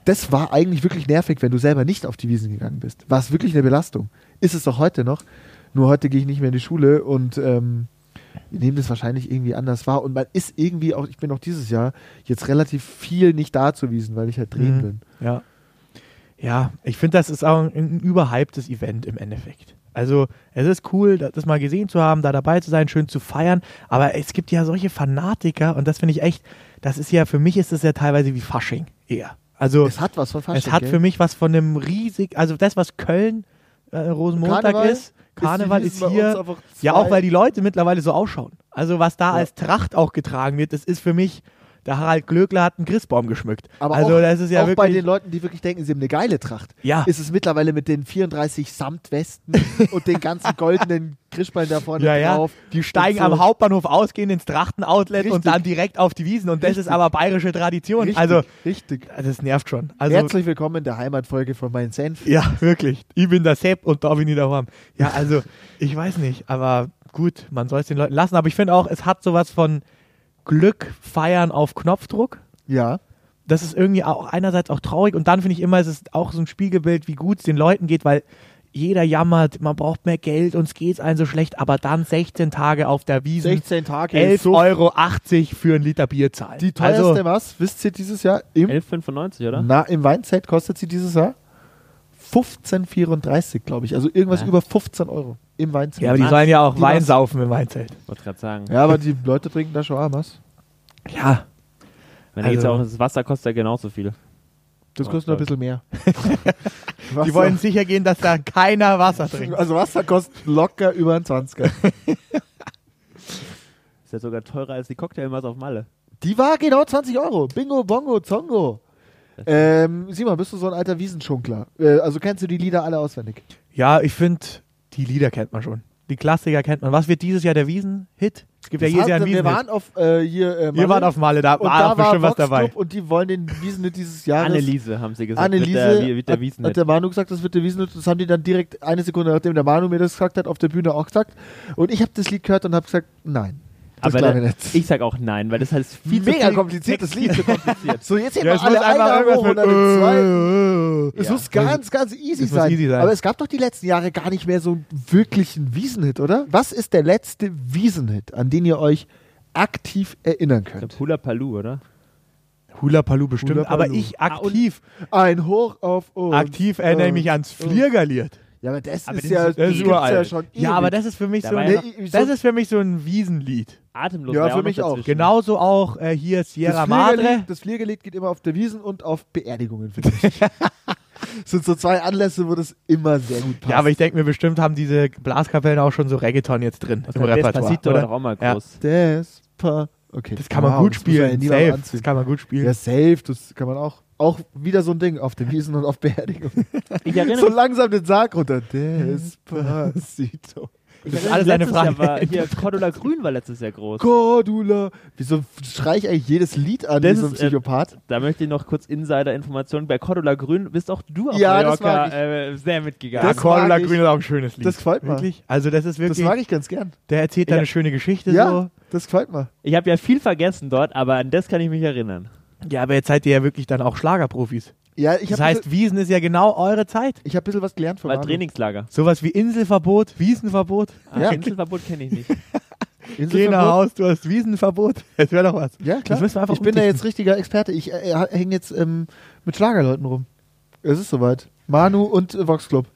Speaker 1: Das war eigentlich wirklich nervig, wenn du selber nicht auf die Wiesen gegangen bist. War es wirklich eine Belastung. Ist es doch heute noch. Nur heute gehe ich nicht mehr in die Schule und ähm, wir nehmen das wahrscheinlich irgendwie anders wahr. Und man ist irgendwie auch, ich bin auch dieses Jahr jetzt relativ viel nicht da zu Wiesen, weil ich halt drehen
Speaker 4: Mhm.
Speaker 1: bin.
Speaker 4: Ja. Ja, ich finde, das ist auch ein, ein überhyptes Event im Endeffekt. Also, es ist cool, da- das mal gesehen zu haben, da dabei zu sein, schön zu feiern, aber es gibt ja solche Fanatiker und das finde ich echt, das ist ja, für mich ist das ja teilweise wie Fasching eher. Also,
Speaker 1: Es hat was von Fasching.
Speaker 4: es hat
Speaker 1: gell?
Speaker 4: für mich was von einem riesig, also das, was Köln äh, Rosenmontag
Speaker 1: Karneval
Speaker 4: ist, Karneval
Speaker 1: die
Speaker 4: ist,
Speaker 1: Wiesn bei uns
Speaker 4: hier,
Speaker 1: einfach
Speaker 4: ja
Speaker 1: zwei-
Speaker 4: auch weil die Leute mittlerweile so ausschauen. Also was da
Speaker 1: Ja.
Speaker 4: als Tracht auch getragen wird, das ist für mich, der Harald Glöckler hat einen Christbaum geschmückt.
Speaker 1: Aber
Speaker 4: also
Speaker 1: auch,
Speaker 4: das ist ja
Speaker 1: auch
Speaker 4: wirklich,
Speaker 1: bei den Leuten, die wirklich denken, sie haben eine geile Tracht,
Speaker 4: Ja.
Speaker 1: ist es mittlerweile mit den 34
Speaker 4: [laughs]
Speaker 1: Samtwesten und den ganzen goldenen Krischbein da vorne
Speaker 4: ja, ja,
Speaker 1: drauf.
Speaker 4: die steigen
Speaker 1: Und so.
Speaker 4: am Hauptbahnhof aus, gehen ins Trachten-Outlet
Speaker 1: Richtig.
Speaker 4: und dann direkt auf die Wiesen und das ist aber bayerische Tradition.
Speaker 1: Richtig,
Speaker 4: Also
Speaker 1: richtig.
Speaker 4: das nervt schon. Also
Speaker 1: Herzlich willkommen in der Heimatfolge von Mein Senf.
Speaker 4: Ja, wirklich. Ich bin der Sepp und da bin ich daheim. Ja, also, ich weiß nicht, aber gut, man soll es den Leuten lassen. Aber ich finde auch, es hat sowas von Glück feiern auf Knopfdruck.
Speaker 1: Ja,
Speaker 4: Das ist irgendwie auch einerseits auch traurig und dann finde ich immer, es ist auch so ein Spiegelbild, wie gut es den Leuten geht, weil jeder jammert, man braucht mehr Geld, uns geht's allen so schlecht, aber dann 16 Tage auf der Wiese,
Speaker 1: 16 Tage.
Speaker 4: 11,80
Speaker 1: so
Speaker 4: Euro für ein Liter Bier zahlen.
Speaker 1: Die teuerste
Speaker 4: also, ne?
Speaker 1: was, wisst ihr dieses Jahr? Im,
Speaker 2: 11,95, oder?
Speaker 1: na, im Weinzelt kostet sie dieses Jahr 15,34, glaube ich. Also irgendwas
Speaker 2: Ja.
Speaker 1: über 15 Euro im Weinzelt.
Speaker 4: Ja, aber die
Speaker 2: Was?
Speaker 4: sollen ja auch
Speaker 1: Die
Speaker 4: Wein
Speaker 1: was?
Speaker 4: saufen im Weinzelt.
Speaker 2: Wollte gerade sagen.
Speaker 1: Ja, aber die Leute trinken da schon auch was.
Speaker 4: Ja,
Speaker 2: Wenn da geht's
Speaker 4: also-
Speaker 2: auch, das Wasser kostet ja genauso viel.
Speaker 1: Das
Speaker 2: Oh,
Speaker 1: kostet noch ein
Speaker 2: Gott.
Speaker 1: bisschen
Speaker 4: [laughs]
Speaker 1: mehr.
Speaker 4: die wollen sicher gehen, dass da keiner Wasser trinkt.
Speaker 1: Also Wasser kostet locker über einen 20er.
Speaker 2: Ist ja sogar teurer als die Cocktailmasse auf Malle.
Speaker 1: Die war genau 20 Euro. Bingo, Bongo, Zongo. Ähm, Simon, bist du so ein alter Wiesenschunkler? Äh, also kennst du die Lieder alle auswendig?
Speaker 4: Ja, ich finde, die Lieder kennt man schon. Die Klassiker kennt man. Was wird dieses Jahr der Wiesen-Hit? Es gibt ja
Speaker 1: Das
Speaker 4: jedes Jahr
Speaker 1: hatten-
Speaker 4: einen
Speaker 1: wir
Speaker 4: Wiesen-Hit.
Speaker 1: waren auf äh, hier. Äh,
Speaker 4: Wir
Speaker 1: Malle
Speaker 4: waren auf Male, da
Speaker 1: und
Speaker 4: war
Speaker 1: da
Speaker 4: auch
Speaker 1: war
Speaker 4: bestimmt was
Speaker 1: Vox
Speaker 4: dabei.
Speaker 1: Club und die wollen den Wiesenhit dieses Jahres.
Speaker 2: Anneliese, haben sie gesagt. mit
Speaker 1: Anneliese
Speaker 2: der, wie- mit der
Speaker 1: hat-
Speaker 2: Wiesen.
Speaker 1: hat der Manu gesagt, das wird der Wiesenhit. Das haben die dann direkt eine Sekunde nachdem der Manu mir das gesagt hat auf der Bühne auch gesagt. Und ich habe das Lied gehört und habe gesagt, nein. Das
Speaker 2: Aber
Speaker 1: kleine
Speaker 2: da-
Speaker 1: Netz.
Speaker 2: ich sag auch nein, weil das heißt viel zu
Speaker 1: Mega
Speaker 2: viel
Speaker 1: kompliziertes Lied. [laughs] so jetzt hätten
Speaker 4: Ja,
Speaker 1: wir alle einmal hoch und dann den zweiten.
Speaker 4: irgendwas
Speaker 1: Es
Speaker 4: äh, Ja.
Speaker 1: muss ganz, ganz easy
Speaker 4: Es muss
Speaker 1: sein.
Speaker 4: easy sein.
Speaker 1: Aber es gab doch die letzten Jahre gar nicht mehr so einen wirklichen Wiesenhit, oder? Was ist der letzte Wiesenhit, an den ihr euch aktiv erinnern könnt?
Speaker 2: Hula Palu, oder?
Speaker 4: äh. Hula Palu bestimmt,
Speaker 1: Hula
Speaker 4: aber
Speaker 1: Palu.
Speaker 4: ich aktiv,
Speaker 1: Ein Hoch auf uns.
Speaker 4: aktiv erinnere ich mich ans Fliegerlied.
Speaker 1: Ja, aber äh, das
Speaker 2: Aber
Speaker 1: ist
Speaker 2: das
Speaker 1: ja,
Speaker 2: ist-
Speaker 4: Das ist
Speaker 1: gibt's ja
Speaker 4: überall.
Speaker 1: schon.
Speaker 4: Ja, aber das ist für mich
Speaker 2: Da
Speaker 4: so
Speaker 2: war
Speaker 4: ein,
Speaker 2: ja
Speaker 1: noch-
Speaker 4: das ist für mich so ein Wiesenlied.
Speaker 2: Atemlos.
Speaker 1: Ja,
Speaker 2: war
Speaker 1: für
Speaker 2: noch
Speaker 1: mich auch. Genau.
Speaker 2: dazwischen.
Speaker 4: Genauso auch äh, hier
Speaker 1: das
Speaker 4: Sierra
Speaker 1: Fliegerlied,
Speaker 4: Madre.
Speaker 1: das Fliegerlied geht immer auf der Wiesen und auf Beerdigungen, finde
Speaker 4: [laughs]
Speaker 1: ich. Das sind so zwei Anlässe, wo das immer sehr gut passt.
Speaker 4: Ja, aber ich denke mir, bestimmt haben diese Blaskapellen auch schon so Reggaeton jetzt drin
Speaker 2: Was
Speaker 4: im
Speaker 2: hat
Speaker 4: Repertoire.
Speaker 2: Despacito
Speaker 4: oder?
Speaker 2: doch auch mal
Speaker 4: Ja.
Speaker 2: groß.
Speaker 1: Despa. Okay.
Speaker 4: Das kann man
Speaker 1: Wow,
Speaker 4: gut
Speaker 1: das muss man ja
Speaker 4: spielen.
Speaker 1: nie mal
Speaker 4: Safe.
Speaker 1: anziehen.
Speaker 4: Das kann man gut spielen.
Speaker 1: Ja, safe, das kann man auch. Auch wieder so ein Ding auf den Wiesen und auf Beerdigung.
Speaker 4: [laughs]
Speaker 2: Ich erinnere
Speaker 1: so langsam den Sarg runter. Despacito.
Speaker 2: Ich
Speaker 4: Das ist
Speaker 2: erinnere
Speaker 4: alles
Speaker 2: mich,
Speaker 4: eine
Speaker 2: letztes
Speaker 4: Frage
Speaker 2: Jahr war
Speaker 4: der
Speaker 2: hier Cordula Grün war letztes Jahr groß.
Speaker 1: Cordula. Wieso schrei ich eigentlich jedes Lied an,
Speaker 2: Das
Speaker 1: wie so ein
Speaker 2: ist, äh,
Speaker 1: Psychopath?
Speaker 2: Da möchte ich noch kurz Insider-Informationen. Bei Cordula Grün bist auch du auf
Speaker 1: Ja, das
Speaker 2: Mallorca
Speaker 1: mag ich.
Speaker 2: äh, sehr mitgegangen.
Speaker 4: Ja,
Speaker 1: Das
Speaker 4: Cordula
Speaker 1: mag ich.
Speaker 4: Grün ist auch ein schönes Lied.
Speaker 1: Das gefällt mir.
Speaker 4: Wirklich? Also das ist
Speaker 1: das
Speaker 4: wirklich,
Speaker 1: mag ich ganz gern.
Speaker 4: der erzählt da
Speaker 2: Ja.
Speaker 4: eine schöne Geschichte
Speaker 1: ja,
Speaker 4: so.
Speaker 1: das gefällt mir.
Speaker 2: Ich habe ja viel vergessen dort, aber an das kann ich mich erinnern.
Speaker 4: Ja, aber jetzt seid ihr ja wirklich dann auch Schlagerprofis.
Speaker 1: Ja, ich
Speaker 4: Das
Speaker 1: habe
Speaker 4: heißt, Wiesen ist ja genau eure Zeit.
Speaker 1: ich hab ein bisschen was gelernt von
Speaker 2: War
Speaker 1: Manu.
Speaker 2: Trainingslager.
Speaker 4: Sowas wie Inselverbot, Wiesenverbot.
Speaker 1: Ah, Ja.
Speaker 2: Ja. Inselverbot kenne ich nicht. [laughs]
Speaker 1: Inselverbot.
Speaker 4: Geh nach Haus, du hast Wiesenverbot. [laughs] Das wäre doch was.
Speaker 1: Ja, klar.
Speaker 4: Das müssen wir einfach
Speaker 1: ich bin da
Speaker 4: umdichten.
Speaker 1: jetzt richtiger Experte. Ich äh, hänge jetzt ähm, mit Schlagerleuten rum. Es ist soweit. Manu und äh, Vox Club.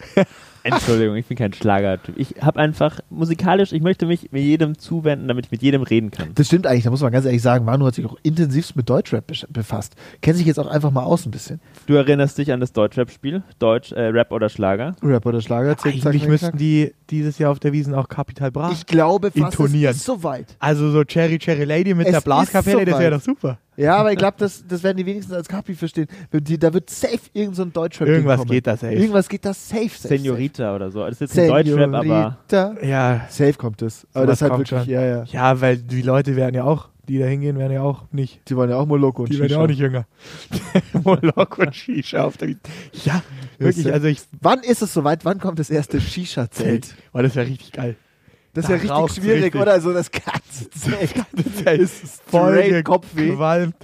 Speaker 2: Entschuldigung, ich bin kein Schlagertyp. Ich habe einfach musikalisch, ich möchte mich mit jedem zuwenden, damit ich mit jedem reden kann.
Speaker 1: Das stimmt eigentlich, da muss man ganz ehrlich sagen, Manu hat sich auch intensivst mit Deutschrap besch- befasst. Kennt sich jetzt auch einfach mal aus ein bisschen.
Speaker 2: Du erinnerst dich an das Deutschrap-Spiel? Deutsch, äh, Rap oder Schlager?
Speaker 1: Rap oder Schlager, zick, zack,
Speaker 4: Eigentlich
Speaker 1: zack,
Speaker 4: müssten
Speaker 1: zack.
Speaker 4: die dieses Jahr auf der Wiesen auch Kapital Bra.
Speaker 1: Ich glaube fast,
Speaker 4: intonieren.
Speaker 1: es ist soweit.
Speaker 4: also so Cherry Cherry Lady mit
Speaker 1: Es
Speaker 4: der
Speaker 1: ist
Speaker 4: Blaskapelle, das
Speaker 1: soweit.
Speaker 4: wäre doch super.
Speaker 1: Ja, aber ich glaube, das, das werden die wenigstens als Kapi verstehen. Wenn die- Da wird safe irgend so ein Deutschrap
Speaker 4: Irgendwas geht da safe.
Speaker 1: Irgendwas geht da safe, safe.
Speaker 2: Senorita oder so. Das ist jetzt
Speaker 1: safe.
Speaker 2: ein Deutschrap, aber
Speaker 1: Senorita.
Speaker 4: Ja,
Speaker 1: Safe kommt es. Aber
Speaker 4: Sowas
Speaker 1: das ist halt
Speaker 4: kommt
Speaker 1: wirklich,
Speaker 4: schon.
Speaker 1: ja, ja.
Speaker 4: ja, weil die Leute werden ja auch, die da hingehen, werden ja auch nicht
Speaker 1: Die waren ja auch Moloko und
Speaker 4: Die werden ja
Speaker 1: Shisha.
Speaker 4: auch nicht jünger. [laughs] Moloch und Shisha auf der Wiese. Ja, wirklich.
Speaker 1: Wisst
Speaker 4: Also ich.
Speaker 1: Wann ist es soweit? Wann kommt das erste Shisha-Zelt?
Speaker 4: Boah, das wäre
Speaker 1: [laughs]
Speaker 4: richtig geil.
Speaker 1: Das ist
Speaker 4: Da
Speaker 1: ja richtig
Speaker 4: raucht's
Speaker 1: schwierig,
Speaker 4: richtig.
Speaker 1: oder? So das ganze Zelt.
Speaker 4: Der ist
Speaker 1: straight Kopfweh.
Speaker 4: gequalmt.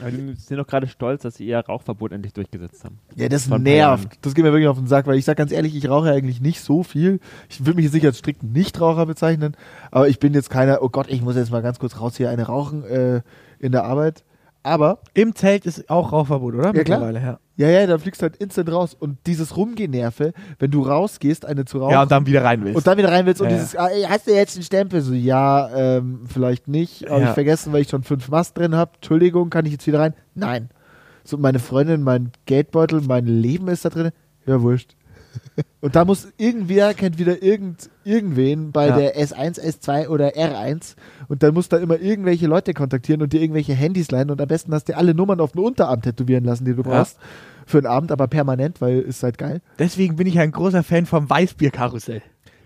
Speaker 2: aber die sind doch gerade stolz, dass sie ihr Rauchverbot endlich durchgesetzt haben.
Speaker 1: Ja, das
Speaker 2: Von
Speaker 1: nervt.
Speaker 2: Bayern.
Speaker 1: Das geht mir wirklich auf den Sack, weil ich sag ganz ehrlich, ich rauche eigentlich nicht so viel. Ich will mich jetzt nicht als strikten Nichtraucher bezeichnen, aber ich bin jetzt keiner, oh Gott, ich muss jetzt mal ganz kurz raus hier eine rauchen äh, in der Arbeit. Aber,
Speaker 4: Im Zelt ist auch Rauchverbot, oder?
Speaker 1: Ja, klar.
Speaker 4: Mittlerweile, ja.
Speaker 1: ja, ja, dann fliegst du halt instant raus. Und dieses Rumgenerve, wenn du rausgehst, eine zu rauchen.
Speaker 4: Ja, und dann wieder rein willst.
Speaker 1: und dann wieder rein willst und
Speaker 4: Ja, ja.
Speaker 1: dieses, ah, ey, hast du jetzt einen Stempel? So, ja, ähm, vielleicht nicht. Habe
Speaker 4: Ja.
Speaker 1: ich vergessen, weil ich schon fünf Mast drin habe. Entschuldigung, kann ich jetzt wieder rein? Nein. So, meine Freundin, mein Geldbeutel, mein Leben ist da drin. Ja,
Speaker 4: [laughs]
Speaker 1: wurscht. Und da muss irgendwer kennt wieder irgend, irgendwen bei
Speaker 4: Ja.
Speaker 1: der S1, S2 oder R1 und dann musst du da immer irgendwelche Leute kontaktieren und dir irgendwelche Handys leihen und am besten hast du dir alle Nummern auf den Unterarm tätowieren lassen, die du
Speaker 4: Ja.
Speaker 1: brauchst für den Abend, aber permanent, weil ist halt geil.
Speaker 4: Deswegen bin ich ein großer Fan vom Weißbierkarussell.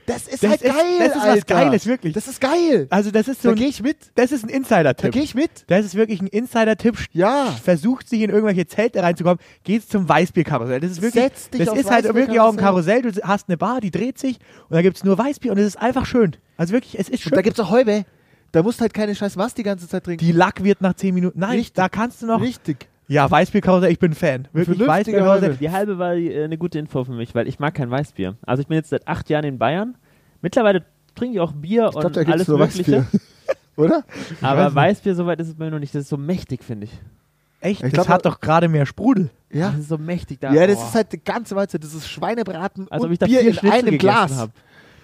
Speaker 1: Das ist
Speaker 4: Das
Speaker 1: halt
Speaker 4: ist-
Speaker 1: geil,
Speaker 4: das ist was
Speaker 1: Alter.
Speaker 4: Geiles, wirklich.
Speaker 1: Das ist geil.
Speaker 4: Also, das ist so
Speaker 1: da
Speaker 4: ein,
Speaker 1: gehe ich mit.
Speaker 4: das ist ein
Speaker 1: Da gehe
Speaker 4: Insider-Tipp.
Speaker 1: ich mit.
Speaker 4: Das ist wirklich ein Insider-Tipp.
Speaker 1: Ja.
Speaker 4: Versucht sich in irgendwelche Zelte reinzukommen, geht zum Weißbierkarussell. Das ist wirklich,
Speaker 1: Setz dich
Speaker 4: das
Speaker 1: aufs
Speaker 4: ist halt wirklich auch ein
Speaker 1: Weißbierkarussell.
Speaker 4: Karussell. Du hast eine Bar, die dreht sich und da gibt's nur Weißbier und es ist einfach schön. Also wirklich, es ist schön.
Speaker 1: Und da gibt's auch Häube. Da musst halt keine scheiß Mast die ganze Zeit trinken.
Speaker 4: Die Lack wird nach 10 Minuten. Nein,
Speaker 1: Richtig.
Speaker 4: da kannst du noch
Speaker 1: Richtig.
Speaker 4: Ja, Weißbierkarussell, ich bin Fan. Wirklich
Speaker 1: Vernünftige
Speaker 4: Weißbierkarussell.
Speaker 1: Leute.
Speaker 2: Die halbe war äh, eine gute Info für mich, weil ich mag kein Weißbier. Also ich bin jetzt seit acht Jahren in Bayern. Mittlerweile trinke ich auch Bier
Speaker 1: Ich glaube,
Speaker 2: und
Speaker 1: da gibt es
Speaker 2: alles
Speaker 1: nur
Speaker 2: Mögliche.
Speaker 1: Weißbier. [laughs] Oder?
Speaker 2: Aber
Speaker 4: weiß nicht.
Speaker 2: Weißbier, soweit ist es bei mir noch nicht. Das ist so mächtig, finde ich.
Speaker 4: Echt?
Speaker 1: Ich
Speaker 4: das
Speaker 1: glaub,
Speaker 4: hat doch gerade mehr Sprudel.
Speaker 1: Ja.
Speaker 2: Das ist so mächtig da.
Speaker 1: Ja, das
Speaker 2: Boah.
Speaker 1: ist halt die ganze Weizen. Das ist Schweinebraten
Speaker 2: Als ob ich
Speaker 1: und
Speaker 2: da
Speaker 1: Bier
Speaker 2: vier
Speaker 1: in
Speaker 2: Schnitzel
Speaker 1: einem
Speaker 2: gegessen
Speaker 1: Glas.
Speaker 2: hab.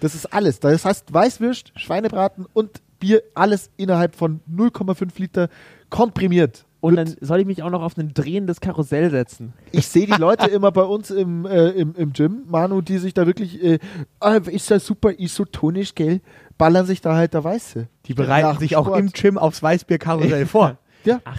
Speaker 1: Das ist alles. Das heißt Weißwürst, Schweinebraten und Bier, alles innerhalb von 0,5 Liter komprimiert.
Speaker 2: Und
Speaker 1: Wird-
Speaker 2: dann soll ich mich auch noch auf ein drehendes Karussell setzen.
Speaker 1: ich sehe die
Speaker 4: [laughs]
Speaker 1: Leute immer bei uns im, äh, im, im Gym, Manu, die sich da wirklich, äh, ah, ist ja super isotonisch, gell, ballern sich da halt der Weiße.
Speaker 4: Die bereiten
Speaker 1: Nach dem
Speaker 4: sich auch
Speaker 1: Sport.
Speaker 4: im Gym aufs Weißbierkarussell vor.
Speaker 1: Ja,
Speaker 2: Ach,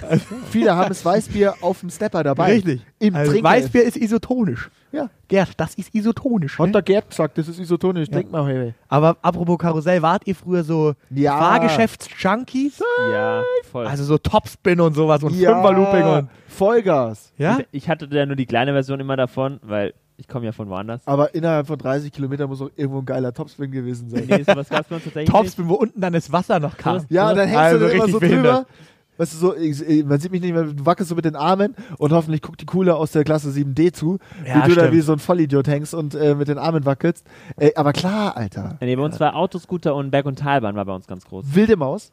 Speaker 1: viele haben das Weißbier auf dem Stepper dabei.
Speaker 4: Richtig.
Speaker 1: Im
Speaker 4: also
Speaker 1: Trinken.
Speaker 4: Weißbier ist isotonisch.
Speaker 1: Ja.
Speaker 4: Gerd, das ist isotonisch.
Speaker 1: Hat
Speaker 4: Ne?
Speaker 1: der Gerd gesagt, das ist isotonisch, trink mal heute.
Speaker 4: Aber apropos Karussell, wart ihr früher so
Speaker 1: Ja.
Speaker 4: Fahrgeschäfts-Junkies?
Speaker 2: ja, voll.
Speaker 4: Also so Topspin und sowas und
Speaker 1: Ja,
Speaker 4: Fünferlooping und.
Speaker 1: Vollgas.
Speaker 4: Ja?
Speaker 2: ich, ich hatte da nur die kleine Version immer davon, weil ich komme ja von
Speaker 1: [laughs]
Speaker 2: woanders.
Speaker 1: Aber innerhalb von 30 Kilometern muss auch irgendwo ein geiler Topspin gewesen
Speaker 4: [laughs]
Speaker 1: sein.
Speaker 2: Nee, sowas gab es bei uns tatsächlich nicht.
Speaker 4: Topspin, wo unten dann das Wasser noch kam.
Speaker 2: So-
Speaker 1: Ja, dann hängst
Speaker 4: Also
Speaker 1: du dann immer
Speaker 4: richtig
Speaker 1: so
Speaker 4: behindert.
Speaker 1: drüber. Weißt du, so, ich, ich- man sieht mich nicht mehr, du wackelst so mit den Armen und hoffentlich guckt die Kuhle aus der Klasse 7D zu,
Speaker 4: Ja,
Speaker 1: wie du da
Speaker 4: stimmt.
Speaker 1: wie so ein Vollidiot hängst und äh, mit den Armen wackelst. Ey, aber klar, Alter.
Speaker 2: Nee, bei uns war Autoscooter und Berg- und Talbahn war bei uns ganz groß.
Speaker 1: Wilde Maus,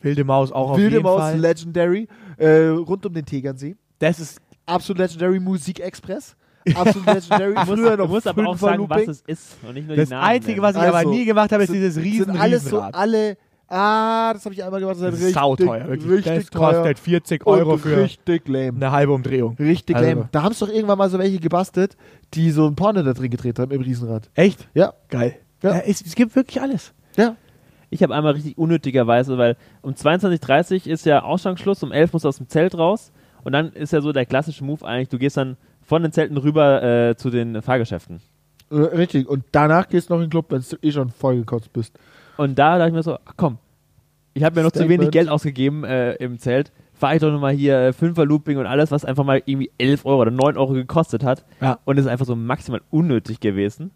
Speaker 4: Wilde Maus auch auf
Speaker 1: Wilde
Speaker 4: jeden
Speaker 1: Maus,
Speaker 4: Fall.
Speaker 1: legendary, äh, rund um den Tegernsee.
Speaker 4: Das ist
Speaker 1: Absolut legendary Musik Express.
Speaker 4: [laughs]
Speaker 1: Absolut legendary. Früher
Speaker 2: Du
Speaker 1: noch
Speaker 2: musst aber auch sagen, was
Speaker 1: Fünferlooping.
Speaker 2: es ist und nicht nur
Speaker 4: das
Speaker 2: die Namen.
Speaker 4: Einzige, was ich
Speaker 1: Also,
Speaker 4: aber nie gemacht habe, ist
Speaker 1: sind-
Speaker 4: dieses riesen
Speaker 1: Sind alles so
Speaker 4: Riesenrad.
Speaker 1: alle. Ah, das habe ich einmal gemacht. Das,
Speaker 4: das
Speaker 1: ist
Speaker 4: ist sauteuer,
Speaker 1: richtig,
Speaker 4: wirklich.
Speaker 1: Richtig
Speaker 4: das kostet
Speaker 1: teuer
Speaker 4: 40
Speaker 1: und
Speaker 4: Euro für
Speaker 1: richtig lame.
Speaker 4: eine halbe Umdrehung.
Speaker 1: Richtig
Speaker 4: Also-
Speaker 1: lame. Da haben es doch irgendwann mal so welche gebastelt, die so ein Porno da drin gedreht haben im Riesenrad.
Speaker 4: Echt?
Speaker 1: Ja.
Speaker 4: Geil.
Speaker 1: Ja.
Speaker 4: Ja, es, es gibt wirklich alles.
Speaker 1: Ja.
Speaker 2: Ich habe einmal richtig unnötigerweise, weil um 22.30 Uhr ist ja Ausgangsschluss, um 11 Uhr musst du aus dem Zelt raus und dann ist ja so der klassische Move eigentlich, du gehst dann von den Zelten rüber äh, zu den Fahrgeschäften.
Speaker 1: Äh, Richtig. Und danach gehst du noch in den Club, wenn du eh schon vollgekotzt bist.
Speaker 2: Und da dachte ich mir so, ach komm, ich habe mir noch zu
Speaker 1: Statement.
Speaker 2: wenig Geld ausgegeben äh, im Zelt, fahre ich doch nochmal hier äh, Fünfer-Looping und alles, was einfach mal irgendwie 11 Euro oder 9 Euro gekostet hat
Speaker 4: Ja.
Speaker 2: und es ist einfach so maximal unnötig gewesen.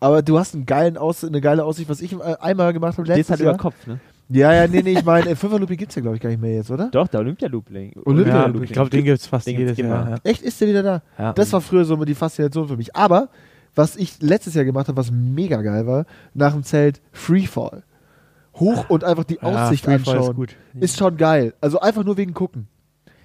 Speaker 1: Aber du hast einen geilen Aus eine geile Aussicht, was ich äh, einmal gemacht habe.
Speaker 2: Du stehst
Speaker 1: letztes
Speaker 2: halt
Speaker 1: Jahr.
Speaker 2: über Kopf, ne?
Speaker 1: Ja, ja, nee, nee, ich meine, [laughs] äh, Fünferlooping gibt's ja, glaube ich, gar nicht mehr jetzt, oder?
Speaker 2: Doch, der Olympia-Looping.
Speaker 1: Olympia-
Speaker 4: Ja, ich glaube, den gibt es fast
Speaker 2: Den
Speaker 4: jedes
Speaker 2: gibt's immer.
Speaker 4: Jahr. Ja.
Speaker 1: Echt, ist der wieder da?
Speaker 2: Ja.
Speaker 1: Das war früher so immer die Faszination für mich. Aber was ich letztes Jahr gemacht habe, was mega geil war, nach dem Zelt Freefall. Hoch und einfach die
Speaker 4: Ja,
Speaker 1: Aussicht
Speaker 4: Freefall ist
Speaker 1: anschauen.
Speaker 4: gut.
Speaker 1: Ist schon geil. Also einfach nur wegen gucken.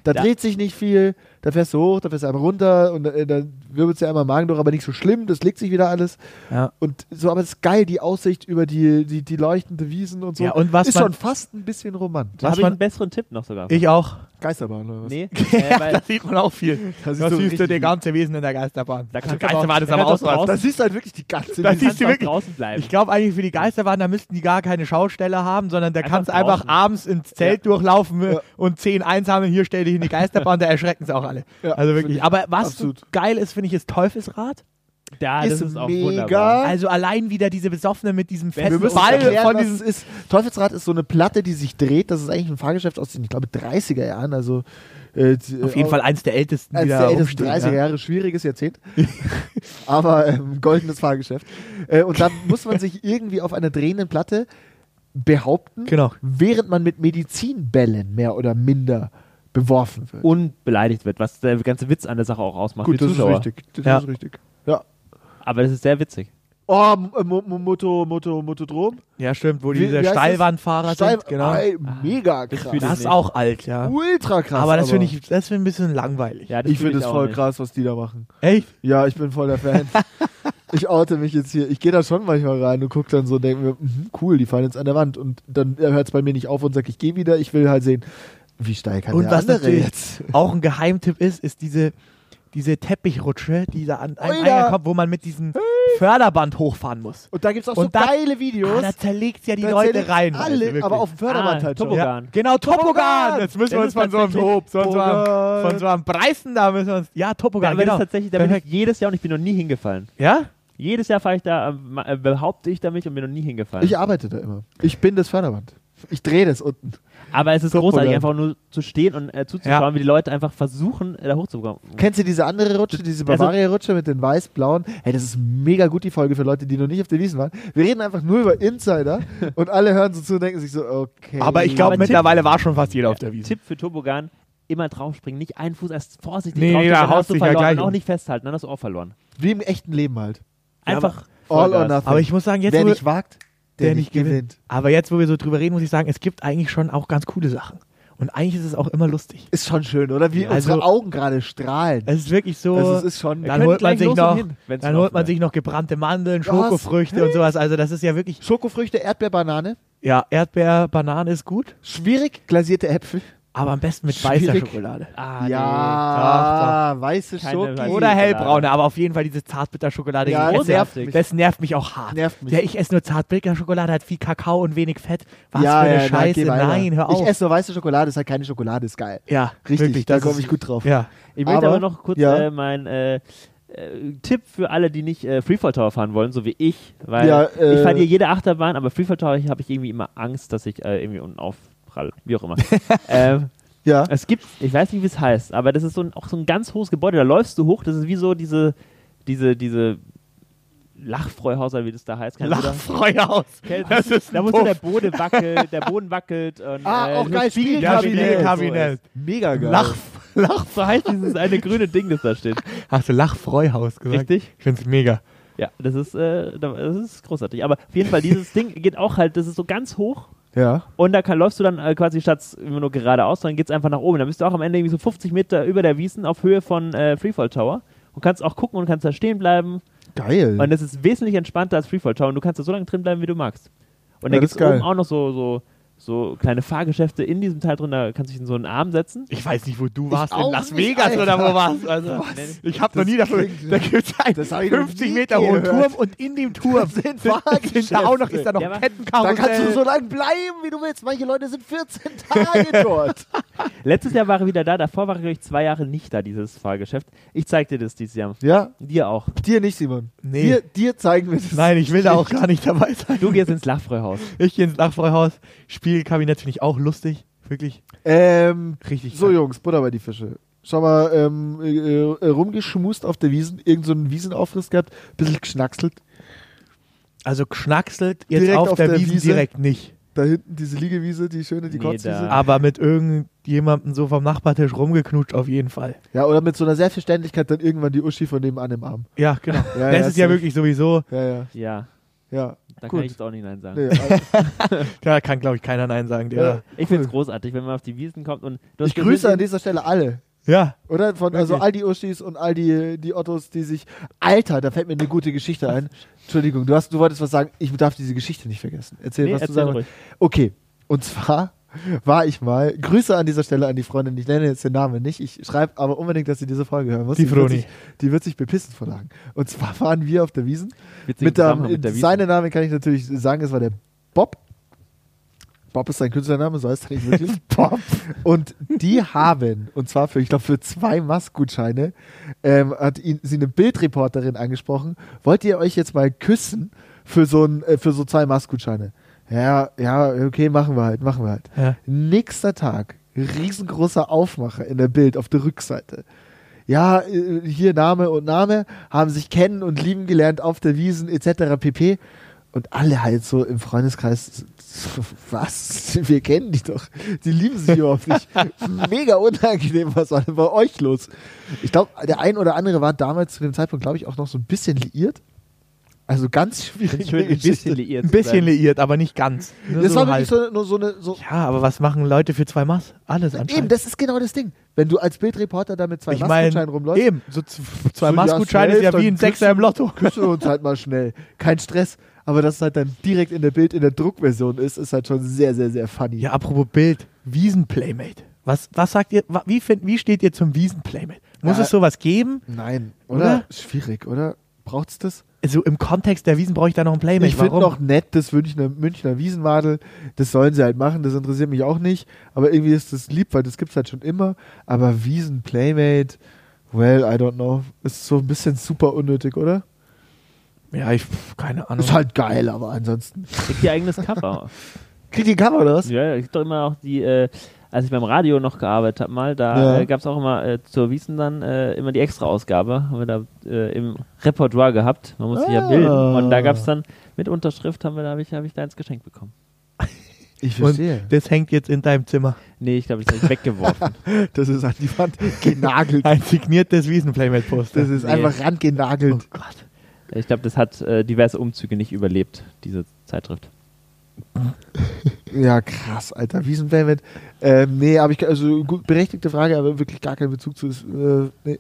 Speaker 1: Da
Speaker 2: Ja.
Speaker 1: dreht sich nicht viel, da fährst du hoch, da fährst du einmal runter und äh, dann wirbelst du einmal im Magen durch, aber nicht so schlimm, das legt sich wieder alles.
Speaker 4: Ja.
Speaker 1: Und so, aber es ist geil, die Aussicht über die, die, die leuchtende Wiesen und so.
Speaker 4: Ja, und was
Speaker 1: ist
Speaker 4: man-
Speaker 1: schon fast ein bisschen romantisch.
Speaker 2: Da
Speaker 4: Was
Speaker 2: habe ich
Speaker 4: man-
Speaker 2: einen besseren Tipp noch sogar.
Speaker 4: Ich auch.
Speaker 1: Geisterbahn oder was?
Speaker 2: Nee, äh, weil
Speaker 4: da sieht man
Speaker 1: [laughs]
Speaker 4: auch viel. Das,
Speaker 1: siehst du
Speaker 4: siehst du
Speaker 1: richtig
Speaker 4: den ganzen Wesen in der Geisterbahn.
Speaker 2: Da
Speaker 4: Also
Speaker 2: kannst du
Speaker 4: Geisterbahn
Speaker 2: aber-
Speaker 4: ist
Speaker 2: da
Speaker 4: am
Speaker 2: kannst du auch
Speaker 4: Ausrasten.
Speaker 1: Das ist halt wirklich die ganze
Speaker 4: Da
Speaker 1: Wiesen.
Speaker 4: siehst
Speaker 2: kannst
Speaker 4: du
Speaker 2: auch
Speaker 4: wirklich-
Speaker 2: draußen bleiben.
Speaker 4: Ich glaube eigentlich für die Geisterbahn, da müssten die gar keine Schausteller haben, sondern da
Speaker 2: Einfach
Speaker 4: kannst du einfach
Speaker 2: draußen.
Speaker 4: abends ins Zelt durchlaufen äh, und 10 einsammeln, hier stell dich in die Geisterbahn, da erschrecken sie auch alle.
Speaker 1: Ja,
Speaker 4: also
Speaker 1: finde
Speaker 4: wirklich.
Speaker 1: ich
Speaker 4: Aber was
Speaker 1: absolut.
Speaker 4: so geil ist, finde ich, ist Teufelsrad.
Speaker 2: da, das
Speaker 1: ist
Speaker 2: ist auch
Speaker 1: mega.
Speaker 2: wunderbar.
Speaker 4: Also allein wieder diese Besoffenen mit diesem
Speaker 1: Wir
Speaker 4: festen
Speaker 1: müssen
Speaker 4: Ball
Speaker 1: erklären,
Speaker 4: von
Speaker 1: was
Speaker 4: diesem
Speaker 1: es ist. Teufelsrad ist so eine Platte, die sich dreht. Das ist eigentlich ein Fahrgeschäft aus den, ich glaube, 30er Jahren. Also äh, die-
Speaker 4: Auf jeden
Speaker 1: äh,
Speaker 4: Fall eins der ältesten, die
Speaker 1: eines
Speaker 4: da
Speaker 1: der ältesten
Speaker 4: rumstehen,
Speaker 1: 30er
Speaker 4: ja.
Speaker 1: Jahre, schwieriges Jahrzehnt. [laughs] Aber ähm, goldenes Fahrgeschäft. Äh, und da muss man sich irgendwie auf einer drehenden Platte behaupten,
Speaker 4: Genau.
Speaker 1: während man mit Medizinbällen mehr oder minder beworfen
Speaker 4: Oh,
Speaker 1: wird.
Speaker 2: Und beleidigt wird, was der ganze Witz an der Sache auch ausmacht. für die Zuschauer.
Speaker 1: richtig. Das
Speaker 4: Ja.
Speaker 1: ist richtig. Ja.
Speaker 2: Aber das ist sehr witzig.
Speaker 1: Oh, M- M- M- Moto, Moto, Motodrom.
Speaker 4: Ja, stimmt, wo
Speaker 1: Wie-
Speaker 4: diese
Speaker 1: wie heißt das?
Speaker 4: Steilwandfahrer
Speaker 1: Steil-
Speaker 4: sind. Genau.
Speaker 1: Ey, mega
Speaker 2: Das
Speaker 1: krass.
Speaker 2: fühl ich
Speaker 4: Das ist
Speaker 2: nicht.
Speaker 4: auch alt, ja.
Speaker 1: Ultra krass.
Speaker 4: aber das finde ich, das finde ich ein bisschen langweilig.
Speaker 2: Ja, das
Speaker 1: Ich
Speaker 2: fühl
Speaker 1: finde es
Speaker 2: auch
Speaker 1: voll
Speaker 2: nicht.
Speaker 1: krass, was die da machen.
Speaker 4: Echt?
Speaker 1: Ja, ich bin voll der
Speaker 4: [laughs]
Speaker 1: Fan. ich oute mich jetzt hier. Ich gehe da schon manchmal rein und gucke dann so und denke mir, mhm, cool, die fallen jetzt an der Wand. Und dann hört es bei mir nicht auf und sagt, ich gehe wieder. Ich will halt sehen, wie steil kann
Speaker 4: Und
Speaker 1: der
Speaker 4: was
Speaker 1: andere
Speaker 4: natürlich
Speaker 1: jetzt. [laughs]
Speaker 4: auch ein Geheimtipp ist, ist diese, diese Teppichrutsche, die da an einem
Speaker 1: Alter.
Speaker 4: Eingang kommt, wo man mit diesem Förderband hochfahren muss.
Speaker 1: Und da gibt es auch
Speaker 4: Und
Speaker 1: so
Speaker 4: da-
Speaker 1: geile Videos.
Speaker 4: Ah, da zerlegt ja die
Speaker 1: Da
Speaker 4: Leute
Speaker 1: zählen
Speaker 4: rein. Also
Speaker 1: Alle,
Speaker 4: wirklich.
Speaker 1: aber auf dem Förderband
Speaker 2: Ah,
Speaker 1: halt schon.
Speaker 2: Topo-
Speaker 4: ja,
Speaker 2: Topogan.
Speaker 4: Genau, Topogan!
Speaker 1: Topogan!
Speaker 4: Jetzt
Speaker 2: Das
Speaker 4: müssen wir uns
Speaker 2: ist
Speaker 4: von so einem
Speaker 2: tatsächlich-
Speaker 4: Top, von so einem,
Speaker 1: Topogan.
Speaker 4: von so einem Preisen da müssen wir uns. Ja,
Speaker 2: Ja,
Speaker 4: Topogan,
Speaker 2: aber das
Speaker 4: genau.
Speaker 2: ist tatsächlich, da bin ich
Speaker 4: Perfekt.
Speaker 2: jedes Jahr und ich bin noch nie hingefallen.
Speaker 4: Ja?
Speaker 2: Jedes Jahr fahre ich da, ähm, ma- äh, behaupte ich da mich und bin noch nie hingefallen.
Speaker 1: Ich arbeite da immer. Ich bin das Förderband. Ich drehe das unten.
Speaker 2: aber es ist
Speaker 1: Top
Speaker 2: großartig,
Speaker 1: Gun.
Speaker 2: einfach nur zu stehen und äh, zuzuschauen,
Speaker 4: Ja.
Speaker 2: wie die Leute einfach versuchen, äh, da hochzukommen.
Speaker 1: Kennst du diese andere Rutsche, diese
Speaker 2: Also-
Speaker 1: Bavaria-Rutsche mit den weiß-blauen? Hey, das ist mega gut, die Folge für Leute, die noch nicht auf der Wiesn waren. Wir reden einfach nur über
Speaker 4: [laughs]
Speaker 1: Insider und alle hören so zu und denken sich so, okay.
Speaker 4: Aber ich
Speaker 2: glaub, Aber
Speaker 4: glaube,
Speaker 2: Tipp-
Speaker 4: mittlerweile war schon fast jeder auf der Wiese.
Speaker 2: Tipp für Tobogan, immer draufspringen, nicht einen Fuß erst vorsichtig
Speaker 4: Nee,
Speaker 2: drauf,
Speaker 4: nee, da
Speaker 2: dann
Speaker 4: haust
Speaker 2: hast du
Speaker 4: dich ja
Speaker 2: verloren und
Speaker 4: gleich um.
Speaker 2: auch nicht festhalten, dann hast du auch verloren.
Speaker 1: Wie im echten Leben halt.
Speaker 2: Einfach
Speaker 1: All
Speaker 2: Vollgas.
Speaker 1: or nothing.
Speaker 4: Aber ich muss sagen, jetzt,
Speaker 1: Wer
Speaker 4: wo,
Speaker 1: nicht wagt, der, nicht gewinnt.
Speaker 4: Aber jetzt, wo wir so drüber reden, muss ich sagen, es gibt eigentlich schon auch ganz coole Sachen. Und eigentlich ist es auch immer lustig.
Speaker 1: Ist schon schön, oder? Wie
Speaker 4: Ja,
Speaker 1: unsere
Speaker 4: also-
Speaker 1: Augen gerade strahlen.
Speaker 4: Es ist wirklich so.
Speaker 1: Also, es ist schon.
Speaker 4: dann
Speaker 2: könnt
Speaker 4: holt man
Speaker 2: gleich
Speaker 4: sich
Speaker 2: los
Speaker 4: noch,
Speaker 2: und hin, wenn's
Speaker 4: dann
Speaker 2: noch
Speaker 4: holt man
Speaker 2: wäre.
Speaker 4: sich noch gebrannte Mandeln,
Speaker 1: Was?
Speaker 4: Schokofrüchte und sowas. Also das ist ja wirklich,
Speaker 1: Schokofrüchte, Erdbeer, Banane.
Speaker 4: ja, Erdbeer, Banane ist gut,
Speaker 1: Schwierig glasierte Äpfel.
Speaker 4: aber am besten mit weißer
Speaker 1: Schwierig.
Speaker 4: Schokolade.
Speaker 2: Ah,
Speaker 1: ja, weiße
Speaker 2: Keine
Speaker 1: Schoki.
Speaker 2: weiße
Speaker 4: Oder
Speaker 2: Schokolade.
Speaker 4: hellbraune, aber auf jeden Fall diese Zartbitterschokolade.
Speaker 1: Ja,
Speaker 4: die ich
Speaker 1: das
Speaker 4: esse.
Speaker 1: nervt
Speaker 2: mich.
Speaker 4: das nervt mich auch hart.
Speaker 1: Nervt mich.
Speaker 4: Ja, ich esse nur Zartbitterschokolade, hat viel Kakao und wenig Fett. Was
Speaker 1: ja,
Speaker 4: für eine
Speaker 1: ja, na,
Speaker 4: Scheiße.
Speaker 1: geh weiter.
Speaker 4: Nein, hör auf.
Speaker 1: Ich esse nur weiße Schokolade, ist halt keine Schokolade, ist geil.
Speaker 4: ja,
Speaker 1: Richtig,
Speaker 4: wirklich,
Speaker 1: da
Speaker 4: das
Speaker 1: komme
Speaker 4: ist-
Speaker 1: ich gut drauf.
Speaker 4: Ja.
Speaker 2: Ich möchte aber,
Speaker 1: Aber-
Speaker 2: noch kurz
Speaker 1: ja.
Speaker 2: äh, mein äh, äh, Tipp für alle, die nicht äh, Freefall Tower fahren wollen, so wie ich, weil
Speaker 1: Ja, äh,
Speaker 2: ich fahre hier jede Achterbahn, aber Freefall Tower habe ich irgendwie immer Angst, dass ich äh, irgendwie unten aufprall, wie auch immer.
Speaker 1: [laughs]
Speaker 2: ähm,
Speaker 1: Ja.
Speaker 4: Äh,
Speaker 2: es gibt, ich weiß nicht, wie es heißt, aber das ist so ein, auch so ein ganz hohes Gebäude, da läufst du hoch, das ist wie so diese, diese, diese Lachfreuhäuser, wie das da heißt. Keine Ahnung, oder?
Speaker 4: Lachfreuhaus.
Speaker 2: Kennst du
Speaker 4: Das ist
Speaker 2: da muss so der Boden wackelt, der
Speaker 1: [laughs]
Speaker 2: Boden wackelt. Und,
Speaker 1: Ah,
Speaker 2: äh,
Speaker 1: auch
Speaker 2: so
Speaker 1: geil,
Speaker 4: Ja,
Speaker 1: Spiegelkabinett.
Speaker 4: Spiegelkabinett.
Speaker 1: Mega geil.
Speaker 4: Lach, Lach,
Speaker 2: So heißt dieses eine grüne Ding, das da steht.
Speaker 4: hast du Lachfreuhaus gesagt?
Speaker 2: Richtig?
Speaker 4: Ich find's mega.
Speaker 2: Ja, das ist, äh, das ist großartig. Aber auf jeden Fall, dieses Ding geht auch halt, das ist so ganz hoch
Speaker 1: Ja.
Speaker 2: und da kann, läufst du dann äh, quasi statt immer nur geradeaus, dann geht's einfach nach oben. Dann bist du auch am Ende irgendwie so 50 Meter über der Wiesen auf Höhe von äh, Freefall Tower und kannst auch gucken und kannst da stehen bleiben.
Speaker 1: Geil.
Speaker 2: Und es ist wesentlich entspannter als Freefall Tower und du kannst da so lange drin bleiben, wie du magst. Und
Speaker 1: Ja,
Speaker 2: da
Speaker 1: das
Speaker 2: gibt's
Speaker 1: ist geil.
Speaker 2: oben auch noch so, so, so kleine Fahrgeschäfte in diesem Teil drin, da kannst du dich in so einen Arm setzen.
Speaker 4: Ich weiß nicht, wo du warst.
Speaker 1: auch
Speaker 4: In Las
Speaker 1: nicht,
Speaker 4: Vegas
Speaker 1: Alter.
Speaker 4: oder wo warst du? Also, ich habe noch
Speaker 1: Das
Speaker 4: nie dafür.
Speaker 1: klingt-
Speaker 4: Da gibt es einen
Speaker 1: Das hab ich noch nie
Speaker 4: 50 Meter hohen
Speaker 1: gehört.
Speaker 4: Turm und in dem Turm sind, sind
Speaker 1: Fahrgeschäfte.
Speaker 4: da auch noch, ist da noch
Speaker 2: Ja,
Speaker 4: ein
Speaker 2: aber-
Speaker 1: da
Speaker 4: Kettenkarussell.
Speaker 1: kannst du so lange bleiben, wie du willst. Manche Leute sind 14 [laughs] Tage dort.
Speaker 2: Letztes Jahr war er wieder da, davor war er, glaube ich, zwei Jahre nicht da, dieses Fahrgeschäft. Ich zeig dir das dieses Jahr.
Speaker 1: Ja,
Speaker 2: Dir auch.
Speaker 1: dir nicht, Simon.
Speaker 4: Nee.
Speaker 1: Dir, dir zeigen wir das.
Speaker 4: Nein, ich will da auch gar nicht dabei sein.
Speaker 2: Du gehst ins Lachfreuhaus.
Speaker 4: Ich gehe ins Lachfreuhaus. Spiegelkabinett finde ich auch lustig. Wirklich
Speaker 1: Ähm,
Speaker 4: richtig.
Speaker 1: so,
Speaker 4: geil.
Speaker 1: Jungs, Butter bei die Fische. Schau mal, ähm, äh, äh, rumgeschmust auf der Wiesen, irgend so einen Wiesenaufriss gehabt, bisschen geschnackselt.
Speaker 4: Also geschnackselt jetzt
Speaker 1: Direkt
Speaker 4: auf,
Speaker 1: auf
Speaker 4: der,
Speaker 1: der
Speaker 4: Wiese
Speaker 1: Wiese?
Speaker 4: direkt nicht.
Speaker 1: Da hinten diese Liegewiese, die schöne, die
Speaker 2: Nee,
Speaker 1: Kotzwiese.
Speaker 2: da-
Speaker 4: Aber mit irgendjemandem so vom Nachbartisch rumgeknutscht auf jeden Fall.
Speaker 1: Ja, oder mit so einer Selbstverständlichkeit dann irgendwann die Uschi von nebenan im Arm.
Speaker 4: Ja, genau.
Speaker 1: Ja,
Speaker 4: das
Speaker 1: ja,
Speaker 4: ist ja
Speaker 1: safe.
Speaker 4: wirklich sowieso,
Speaker 1: Ja, ja,
Speaker 2: Ja,
Speaker 1: ja.
Speaker 2: da
Speaker 1: Gut.
Speaker 2: kann ich jetzt auch nicht Nein sagen.
Speaker 1: Nee, also,
Speaker 4: da kann glaube ich keiner Nein sagen. Der,
Speaker 2: Ich finde es großartig, wenn man auf die Wiesen kommt und [laughs] du hast
Speaker 1: ich grüße an
Speaker 2: gesehen,
Speaker 1: dieser Stelle alle.
Speaker 4: ja.
Speaker 1: Oder? Von, also
Speaker 4: Wirklich?
Speaker 1: all die Uschis und all die, die Ottos, die sich. Alter, da fällt mir eine gute Geschichte ein. Entschuldigung, du, hast, du wolltest was sagen. Ich darf diese Geschichte nicht vergessen. Erzähl,
Speaker 2: Nee,
Speaker 1: was
Speaker 2: erzähl
Speaker 1: du sagen
Speaker 2: ruhig.
Speaker 1: wolltest. Okay, und zwar [laughs] war ich mal. Grüße an dieser Stelle an die Freundin. Ich nenne jetzt den Namen nicht. Ich schreibe aber unbedingt, dass sie diese Folge hören muss.
Speaker 4: Die
Speaker 1: wird
Speaker 4: Froni.
Speaker 1: sich- Die wird sich bepissen vor Lachen. Und zwar waren wir auf der Wiesen.
Speaker 2: witzigen
Speaker 1: Mit der,
Speaker 2: Zusammenhang mit der Wiesen.
Speaker 1: seinen Namen kann ich natürlich sagen, es war der Bob. Bob ist sein Künstlername, so heißt er nicht wirklich. Bob. Und die haben, und zwar für, ich glaube, für zwei Mastgutscheine, ähm, hat ihn, sie eine Bildreporterin angesprochen. Wollt ihr euch jetzt mal küssen für so, ein, äh, für so zwei Mastgutscheine? Ja, ja, okay, machen wir halt, machen wir halt.
Speaker 4: Ja.
Speaker 1: Nächster Tag, riesengroßer Aufmacher in der Bild auf der Rückseite ja, äh, hier Name und Name, haben sich kennen und lieben gelernt auf der Wiesen etc. pp. Und alle halt so im Freundeskreis, [laughs] so, was? Wir kennen die doch. Die lieben sich überhaupt
Speaker 4: [laughs]
Speaker 1: nicht. Mega unangenehm, was war denn bei euch los? Ich glaube, der ein oder andere war damals zu dem Zeitpunkt, glaube ich, auch noch so ein bisschen liiert. Also ganz schwierig. [laughs]
Speaker 2: Schön ein bisschen liiert.
Speaker 4: Ein
Speaker 2: zu sein.
Speaker 4: bisschen liiert, aber nicht ganz. Nur
Speaker 1: Das
Speaker 4: so
Speaker 1: war wirklich
Speaker 4: halb.
Speaker 1: so, nur so eine. So
Speaker 4: Ja, aber was machen Leute für zwei Maß? Alles
Speaker 1: eben,
Speaker 4: anscheinend.
Speaker 1: das ist genau das Ding. Wenn du als Bildreporter da mit zwei
Speaker 4: ich meine,
Speaker 1: Maskenscheinen rumläufst,
Speaker 4: eben, so z- zwei
Speaker 1: So, ja,
Speaker 4: Maßgutscheine
Speaker 1: safe,
Speaker 4: ist ja wie
Speaker 1: dann
Speaker 4: ein Sechser im Lotto.
Speaker 1: küssen wir uns halt mal schnell. Kein Stress. Aber dass es halt dann direkt in der Bild, in der Druckversion ist, ist halt schon sehr, sehr, sehr funny.
Speaker 4: [laughs] Ja, apropos Bild, Wiesenplaymate. Was, was sagt ihr, wa- wie, find, wie steht ihr zum Wiesenplaymate? Muss
Speaker 1: Ja.
Speaker 4: es sowas geben?
Speaker 1: Nein, oder?
Speaker 4: Oder?
Speaker 1: Schwierig, oder? Braucht's das?
Speaker 4: Also im Kontext der Wiesen brauche ich da noch ein Playmate.
Speaker 1: Ich finde
Speaker 4: Warum?
Speaker 1: noch nett das Münchner, Münchner Wiesenmadel. Das sollen sie halt machen, das interessiert mich auch nicht. Aber irgendwie ist das lieb, weil das gibt's halt schon immer. Aber Wiesen Playmate, well, I don't know. Ist so ein bisschen super unnötig, oder?
Speaker 4: ja, ich, pf, keine Ahnung.
Speaker 1: Ist halt geil, aber ansonsten.
Speaker 2: Kriegt ihr eigenes Cover.
Speaker 1: Kriegt die Kamera oder was?
Speaker 2: ja, ich hab doch immer auch die, äh, als ich beim Radio noch gearbeitet habe, mal, da
Speaker 1: Ja.
Speaker 2: äh, gab es auch immer äh, zur Wiesen dann äh, immer die extra Ausgabe. Haben wir da äh, im Repertoire gehabt. Man muss sich ja
Speaker 1: Ah.
Speaker 2: bilden. Und da gab es dann mit Unterschrift, haben wir, da habe ich, hab ich da eins geschenkt bekommen.
Speaker 1: Ich
Speaker 4: Und
Speaker 1: verstehe.
Speaker 4: das hängt jetzt in deinem Zimmer.
Speaker 2: Nee, ich glaube, das habe ich weggeworfen.
Speaker 1: [laughs] Das ist an die Wand [laughs] genagelt.
Speaker 4: Ein signiertes Wiesenplaymat-Poster.
Speaker 1: Das ist
Speaker 2: Nee.
Speaker 1: einfach
Speaker 4: oh
Speaker 1: rangenagelt.
Speaker 4: Gott.
Speaker 2: ich glaube, das hat äh, diverse Umzüge nicht überlebt, diese Zeitschrift.
Speaker 1: Ja, krass, Alter. Wiesenpayment. Ähm, nee, aber ich, also gut, berechtigte Frage, aber wirklich gar keinen Bezug zu. Äh, nee.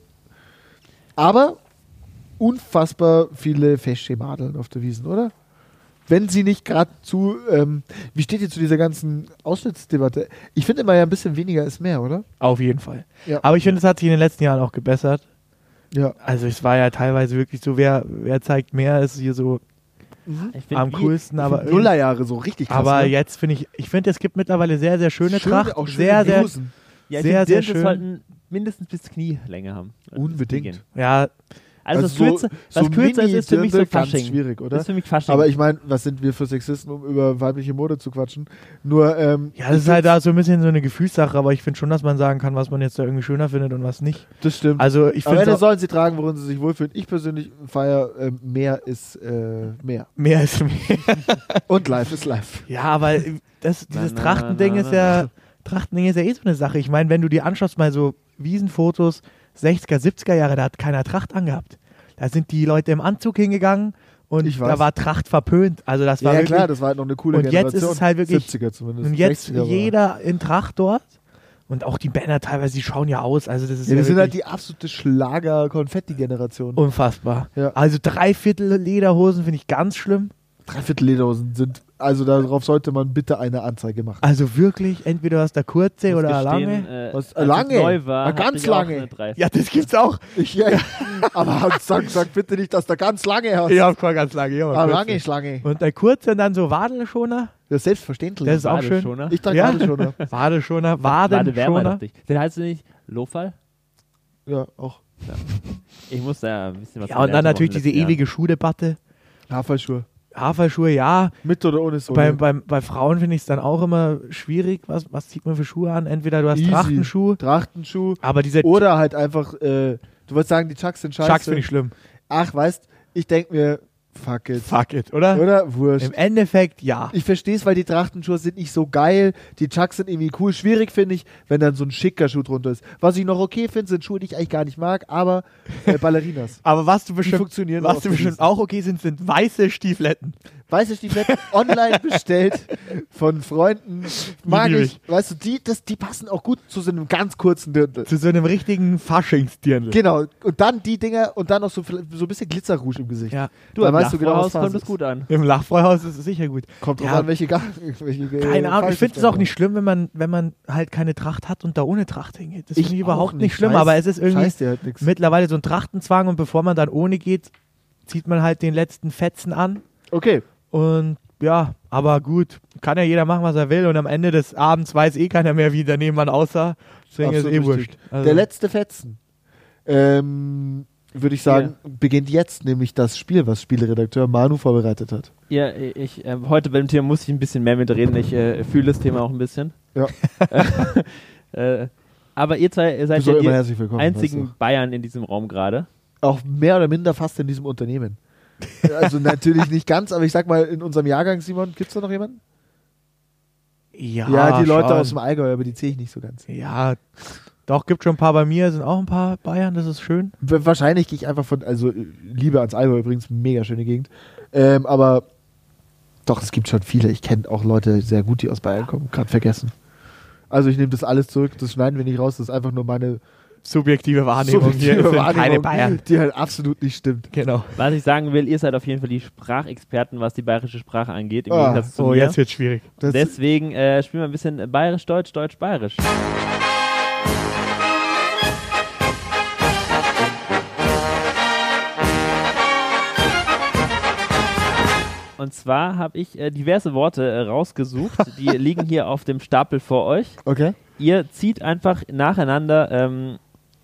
Speaker 1: Aber unfassbar viele Festschemadeln auf der Wiesen, oder? Wenn sie nicht gerade zu. Ähm, wie steht ihr zu dieser ganzen Ausschnittsdebatte? Ich finde immer ja ein bisschen weniger ist mehr, oder?
Speaker 4: Auf jeden Fall.
Speaker 1: Ja.
Speaker 4: Aber ich finde, es hat sich in den letzten Jahren auch gebessert.
Speaker 1: Ja.
Speaker 4: Also es war ja teilweise wirklich so, wer, wer zeigt mehr, ist hier so
Speaker 2: Ich find,
Speaker 4: am
Speaker 2: wie-
Speaker 4: coolsten. Aber, irgendwie-
Speaker 1: Nullerjahre so richtig krass.
Speaker 4: aber
Speaker 1: ne?
Speaker 4: jetzt finde ich, ich finde, es gibt mittlerweile sehr, sehr schöne, Tracht.
Speaker 1: auch schöne
Speaker 4: sehr, sehr,
Speaker 1: Blusen.
Speaker 2: Ja, ich
Speaker 4: Sehr,
Speaker 2: find, Dirndl
Speaker 4: sehr schön.
Speaker 2: sollten mindestens bis Knielänge haben. Also
Speaker 1: Unbedingt.
Speaker 2: bis Knie gehen.
Speaker 4: ja,
Speaker 2: Alles,
Speaker 1: Also
Speaker 2: was kürzer, was kürzer ist, ist für mich so
Speaker 1: Mini-Dirndl, ganz
Speaker 2: Fasching.
Speaker 1: schwierig, oder?
Speaker 2: Das ist für mich Fasching.
Speaker 1: Aber ich meine, was sind wir für Sexisten, um über weibliche Mode zu quatschen? Nur, ähm,
Speaker 4: ja, das ist halt da so ein bisschen so eine Gefühlssache, aber ich finde schon, dass man sagen kann, was man jetzt da irgendwie schöner findet und was nicht.
Speaker 1: das stimmt.
Speaker 4: Also ich
Speaker 1: Am Ende
Speaker 4: finde,
Speaker 1: sollen sie tragen, worin sie sich wohlfühlen. Ich persönlich feiere, ähm, mehr ist äh, mehr.
Speaker 4: mehr ist mehr.
Speaker 1: Und life ist life.
Speaker 4: Ja, aber das,
Speaker 2: Na,
Speaker 4: dieses
Speaker 2: na,
Speaker 4: Trachtending
Speaker 2: na,
Speaker 4: ist
Speaker 2: na,
Speaker 4: ja Trachtending ist ja eh so eine Sache. Ich meine, wenn du dir anschaust, mal so Wiesenfotos 60er, 70er Jahre, da hat keiner Tracht angehabt. Da sind die Leute im Anzug hingegangen und
Speaker 1: Ich weiß.
Speaker 4: da war Tracht verpönt. Also das
Speaker 1: Ja,
Speaker 4: war
Speaker 1: ja
Speaker 4: wirklich,
Speaker 1: klar, das war halt noch eine coole
Speaker 4: Und jetzt
Speaker 1: Generation.
Speaker 4: ist es halt wirklich-
Speaker 1: 70er zumindest.
Speaker 4: und jetzt
Speaker 1: 60er war-
Speaker 4: jeder in Tracht dort und auch die Banner teilweise, die schauen ja aus. Also das ist
Speaker 1: Ja,
Speaker 4: ja,
Speaker 1: wir sind halt
Speaker 4: wirklich
Speaker 1: die absolute Schlager-Konfetti-Generation.
Speaker 4: unfassbar.
Speaker 1: Ja.
Speaker 4: Also Dreiviertel Lederhosen finde ich ganz schlimm.
Speaker 1: Dreiviertel Lederhosen sind. Also darauf sollte man bitte eine Anzeige machen.
Speaker 4: Also wirklich, entweder hast du kurze
Speaker 2: Muss
Speaker 4: oder
Speaker 2: gestehen,
Speaker 4: lange.
Speaker 2: Äh,
Speaker 1: Was-
Speaker 2: als ich
Speaker 1: lange?
Speaker 2: Neu war,
Speaker 1: Na,
Speaker 2: hatte
Speaker 1: ganz
Speaker 2: ich auch
Speaker 1: lange.
Speaker 2: eine Drei-
Speaker 4: Ja, das gibt's auch.
Speaker 1: Ich, ja, ja. aber [laughs] sag, sag bitte nicht, dass da ganz lange hast.
Speaker 4: Ich hab ganz lange. Ich hab
Speaker 1: Ah,
Speaker 4: kurze.
Speaker 1: lange Schlange.
Speaker 4: Und der kurze und dann so Wadelschoner.
Speaker 1: Das ist selbstverständlich.
Speaker 4: Das ist auch schön.
Speaker 2: Badeschoner.
Speaker 1: ich ne? trage
Speaker 4: Ja.
Speaker 1: gerade
Speaker 4: [laughs]
Speaker 1: schon.
Speaker 4: Wadelschoner,
Speaker 2: Warte, wer war das
Speaker 4: Wadenschoner.
Speaker 2: nicht? Den heißt du nicht Lofal?
Speaker 1: Ja, auch.
Speaker 2: Ich muss da ein bisschen was
Speaker 4: Ja, und dann
Speaker 2: gelernt
Speaker 4: natürlich
Speaker 2: haben in
Speaker 4: diese
Speaker 2: den letzten
Speaker 4: ewige Schuhdebatte.
Speaker 1: Haferschuhe.
Speaker 4: Haferschuhe, ja.
Speaker 1: Mit oder ohne Sohle?
Speaker 4: Bei, bei, bei Frauen finde ich es dann auch immer schwierig. Was, was zieht man für Schuhe an? Entweder du hast
Speaker 1: Easy.
Speaker 4: Trachtenschuh,
Speaker 1: Trachtenschuh.
Speaker 4: aber diese
Speaker 1: Oder halt einfach, äh, du wolltest sagen, die Chucks sind scheiße.
Speaker 4: Chucks finde ich schlimm.
Speaker 1: Ach, weißt, ich denke mir, fuck it.
Speaker 4: Fuck it, oder?
Speaker 1: Oder? Wurscht.
Speaker 4: Im Endeffekt, ja.
Speaker 1: Ich verstehe es, weil die Trachtenschuhe sind nicht so geil. Die Chucks sind irgendwie cool. Schwierig finde ich, wenn dann so ein schicker Schuh drunter ist. Was ich noch okay finde, sind Schuhe, die ich eigentlich gar nicht mag, aber äh,
Speaker 4: [laughs]
Speaker 1: Ballerinas.
Speaker 4: Aber was du bestimmt,
Speaker 1: funktionieren auch
Speaker 4: was du
Speaker 1: auf
Speaker 4: bestimmt
Speaker 1: diesen.
Speaker 4: auch okay sind, sind weiße Stiefletten.
Speaker 1: Weiße Stiefletten online bestellt von Freunden. Mag
Speaker 4: Liebe
Speaker 1: ich. Weißt du, die, das, die passen auch gut zu so einem ganz kurzen Dirndl.
Speaker 4: Zu so einem richtigen Faschingsdirndl.
Speaker 1: Genau, und dann die Dinger und dann noch so, vielleicht so ein bisschen Glitzerrouge im Gesicht.
Speaker 4: Ja.
Speaker 2: Jahren. Du,
Speaker 1: Dann
Speaker 2: im
Speaker 1: weißt du genau,
Speaker 2: Lachvorhaus
Speaker 1: was Phase
Speaker 2: kommt es
Speaker 1: ist.
Speaker 2: gut an.
Speaker 4: Im Lachfreihaus ist es sicher gut.
Speaker 1: Kommt drauf
Speaker 4: Ja.
Speaker 1: an, welche, Gar welche äh,
Speaker 4: Keine Ahnung, ich finde es
Speaker 1: Falschrichtung.
Speaker 4: auch nicht schlimm, wenn man, wenn man halt keine Tracht hat und da ohne Tracht hingeht. Das finde ich
Speaker 1: auch
Speaker 4: überhaupt nicht schlimm,
Speaker 1: Scheiß-
Speaker 4: aber es ist irgendwie
Speaker 1: Scheiß dir halt nix.
Speaker 4: mittlerweile so ein Trachtenzwang und bevor man dann ohne geht, zieht man halt den letzten Fetzen an
Speaker 1: Okay,
Speaker 4: und ja, aber gut, kann ja jeder machen, was er will und am Ende des Abends weiß eh keiner mehr, wie der Nebenmann aussah. Deswegen ist
Speaker 1: absolut
Speaker 4: eh
Speaker 1: richtig.
Speaker 4: wurscht. Also,
Speaker 1: Der letzte Fetzen. Ähm, Würde ich sagen, beginnt jetzt nämlich das Spiel, was Spieleredakteur Manu vorbereitet hat.
Speaker 2: Ja, ich, äh, heute beim Thema muss ich ein bisschen mehr mitreden. Ich äh, fühle das Thema auch ein bisschen.
Speaker 1: Ja.
Speaker 2: [laughs] äh, aber ihr zwei ihr seid
Speaker 1: Bist du
Speaker 2: ja
Speaker 1: immer
Speaker 2: die
Speaker 1: herzlich willkommen.
Speaker 2: einzigen
Speaker 1: weißt
Speaker 2: Bayern in diesem Raum gerade.
Speaker 1: du. Auch mehr oder minder fast in diesem Unternehmen.
Speaker 4: [laughs]
Speaker 1: Also natürlich nicht ganz, aber ich sag mal, in unserem Jahrgang, Simon, gibt es da noch jemanden?
Speaker 4: ja,
Speaker 1: ja, die Leute
Speaker 4: Ah, schon.
Speaker 1: aus dem Allgäu, aber die zähle ich nicht so ganz.
Speaker 4: Ja, doch, gibt schon ein paar bei mir, sind auch ein paar Bayern, das ist schön.
Speaker 1: W- Wahrscheinlich gehe ich einfach von, also äh, Liebe ans Allgäu übrigens, mega schöne Gegend. Ähm, aber doch, es gibt schon viele. Ich kenne auch Leute sehr gut, die aus Bayern kommen. Gerade vergessen. Also ich nehme das alles zurück, das schneiden wir nicht raus, das ist einfach nur meine
Speaker 4: Subjektive Wahrnehmung hier.
Speaker 1: subjektive
Speaker 4: es sind keine
Speaker 1: Wahrnehmung,
Speaker 4: Bayern.
Speaker 1: die halt absolut nicht stimmt.
Speaker 4: Genau.
Speaker 2: Was ich sagen will, ihr seid auf jeden Fall die Sprachexperten, was die bayerische Sprache angeht. Im
Speaker 1: Ah,
Speaker 2: Gegensatz zu
Speaker 4: Oh,
Speaker 2: mir.
Speaker 4: jetzt wird's schwierig.
Speaker 1: Das,
Speaker 2: Deswegen äh, spielen wir ein bisschen bayerisch-deutsch, deutsch-bayerisch. Und zwar habe ich äh, diverse Worte äh, rausgesucht.
Speaker 4: [laughs]
Speaker 2: Die liegen hier auf dem Stapel vor euch.
Speaker 1: okay.
Speaker 2: Ihr zieht einfach nacheinander ähm,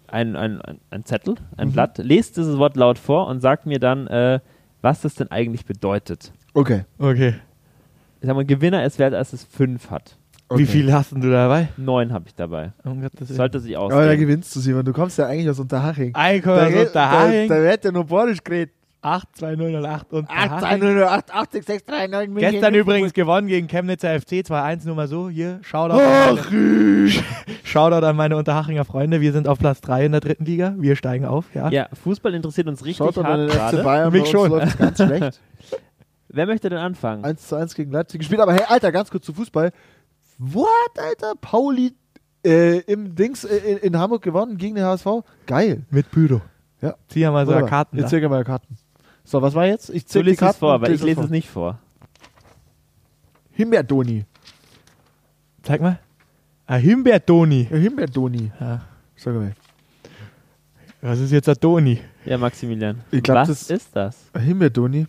Speaker 2: ein, ein, ein, ein Zettel, ein
Speaker 1: Mhm.
Speaker 2: Blatt, lest dieses Wort laut vor und sagt mir dann, äh, was das denn eigentlich bedeutet.
Speaker 1: Okay.
Speaker 4: Okay.
Speaker 2: Ich sag mal, Gewinner ist wert, als es fünf hat.
Speaker 1: okay.
Speaker 4: Wie viel hast denn du dabei?
Speaker 2: Neun habe ich dabei.
Speaker 4: Um Gottes Willen.
Speaker 2: Sollte sich
Speaker 1: Aber da
Speaker 2: ausgehen.
Speaker 1: gewinnst du, Simon. Du kommst ja eigentlich aus Unterhaching.
Speaker 4: Einkommen
Speaker 1: Da,
Speaker 4: Ah, aus
Speaker 1: red- da, da
Speaker 4: Unterhaching.
Speaker 1: wird ja nur Borisch geredet.
Speaker 4: 8-2-0-0-8
Speaker 1: 82008
Speaker 4: und
Speaker 1: 86639 München.
Speaker 4: Gestern übrigens gewonnen gegen Chemnitzer FC 2-1, nur mal so. Hier, Shoutout
Speaker 1: Oh.
Speaker 4: an, meine, Shoutout an meine Unterhachinger Freunde. Wir sind auf Platz 3 in der dritten Liga. Wir steigen auf, ja.
Speaker 2: Ja, Fußball interessiert uns richtig
Speaker 1: Schaut doch mal den
Speaker 2: hart
Speaker 1: FC
Speaker 2: gerade.
Speaker 1: Bayern.
Speaker 4: Mich
Speaker 1: bei uns
Speaker 2: [laughs]
Speaker 4: schon.
Speaker 1: läuft's ganz schlecht.
Speaker 2: Wer möchte denn anfangen?
Speaker 1: 1 zu 1 gegen Leipzig gespielt. Aber hey, Alter, ganz kurz zu Fußball. What, Alter? Pauli äh, im Dings äh, in, in Hamburg gewonnen gegen den HSV. Geil.
Speaker 4: Mit Pyro.
Speaker 1: Ja.
Speaker 4: Zieh mal so
Speaker 1: Wunderbar.
Speaker 4: Karten.
Speaker 1: Jetzt
Speaker 4: Da.
Speaker 1: zirkel mal Karten. So, was war jetzt? Ich
Speaker 2: Also
Speaker 1: zirkel
Speaker 2: ne? Du
Speaker 1: die
Speaker 2: liest es
Speaker 1: Karten.
Speaker 2: vor,
Speaker 1: und
Speaker 2: weil ich lese
Speaker 1: vor.
Speaker 2: es nicht vor.
Speaker 1: Himbeerdoni.
Speaker 4: Zeig mal. Ah, Himbeer-Doni.
Speaker 1: Ja, Himbeerdoni.
Speaker 4: Ja.
Speaker 1: Sag mal.
Speaker 4: Was ist jetzt der Doni?
Speaker 2: Ja, Maximilian.
Speaker 1: Ich glaub,
Speaker 2: Was
Speaker 1: das- [laughs]
Speaker 2: ist das?
Speaker 1: Himbeerdoni?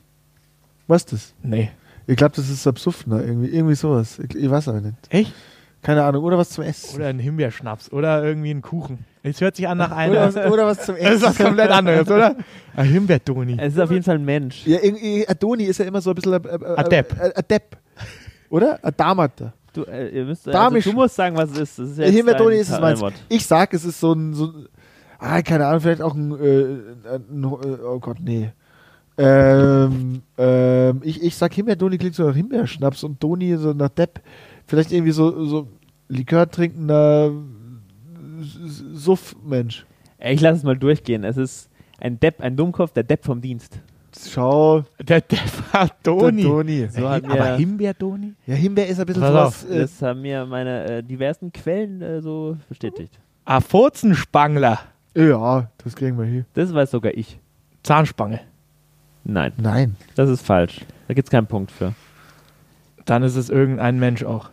Speaker 1: Was ist das?
Speaker 4: Nee.
Speaker 1: Ich glaube, das ist Subsuffner irgendwie. Irgendwie sowas. Ich, ich weiß aber nicht.
Speaker 4: Echt?
Speaker 1: Keine Ahnung. Oder was zum Essen.
Speaker 4: Oder ein Himbeerschnaps. Oder irgendwie ein Kuchen. Es hört sich an nach
Speaker 1: Oder
Speaker 4: einer.
Speaker 1: was, oder was
Speaker 2: [laughs]
Speaker 1: zum
Speaker 4: [laughs] Das
Speaker 1: Essen.
Speaker 4: ist was komplett anderes, oder? Ah, Ein Himbeer-Doni.
Speaker 2: Es ist auf jeden Fall ein Mensch.
Speaker 1: Ja, irgendwie, Adoni ist ja immer so ein bisschen äh, äh,
Speaker 4: Adept.
Speaker 1: Äh, Adept. Oder? Adamata.
Speaker 2: Du, äh, ihr müsst,
Speaker 1: Damisch.
Speaker 2: also, du musst sagen, was es ist. Das ist
Speaker 1: Ja,
Speaker 2: jetzt
Speaker 1: Himbeerdoni
Speaker 2: dein-
Speaker 1: ist es
Speaker 2: dein
Speaker 1: meins.
Speaker 2: Wort.
Speaker 1: Ich sag, es ist so ein, so ein ah, keine Ahnung, vielleicht auch ein, äh, ein oh Gott, nee. Ähm, ähm, ich, ich sag Himbeerdoni klingt so nach Himbeerschnaps und Doni so nach Depp. Vielleicht irgendwie so, so Likör trinkender S- Suff-Mensch.
Speaker 2: Ey, Ich lasse es mal durchgehen. Es ist ein Depp, ein Dummkopf, der Depp vom Dienst.
Speaker 1: Schau,
Speaker 4: Der, der war Doni.
Speaker 1: der Doni.
Speaker 2: So hat
Speaker 4: aber
Speaker 2: mir-
Speaker 4: Himbeer-Doni?
Speaker 1: Ja, Himbeer ist ein bisschen
Speaker 4: Pass
Speaker 1: sowas. Äh,
Speaker 2: Das haben mir meine äh, diversen Quellen äh, so bestätigt.
Speaker 4: Ah, Furzenspangler.
Speaker 1: ja, das kriegen wir hier.
Speaker 2: Das weiß sogar ich.
Speaker 4: Zahnspange.
Speaker 2: Nein,
Speaker 1: Nein.
Speaker 2: das ist falsch. Da gibt es keinen Punkt für.
Speaker 4: Dann ist es irgendein Mensch auch.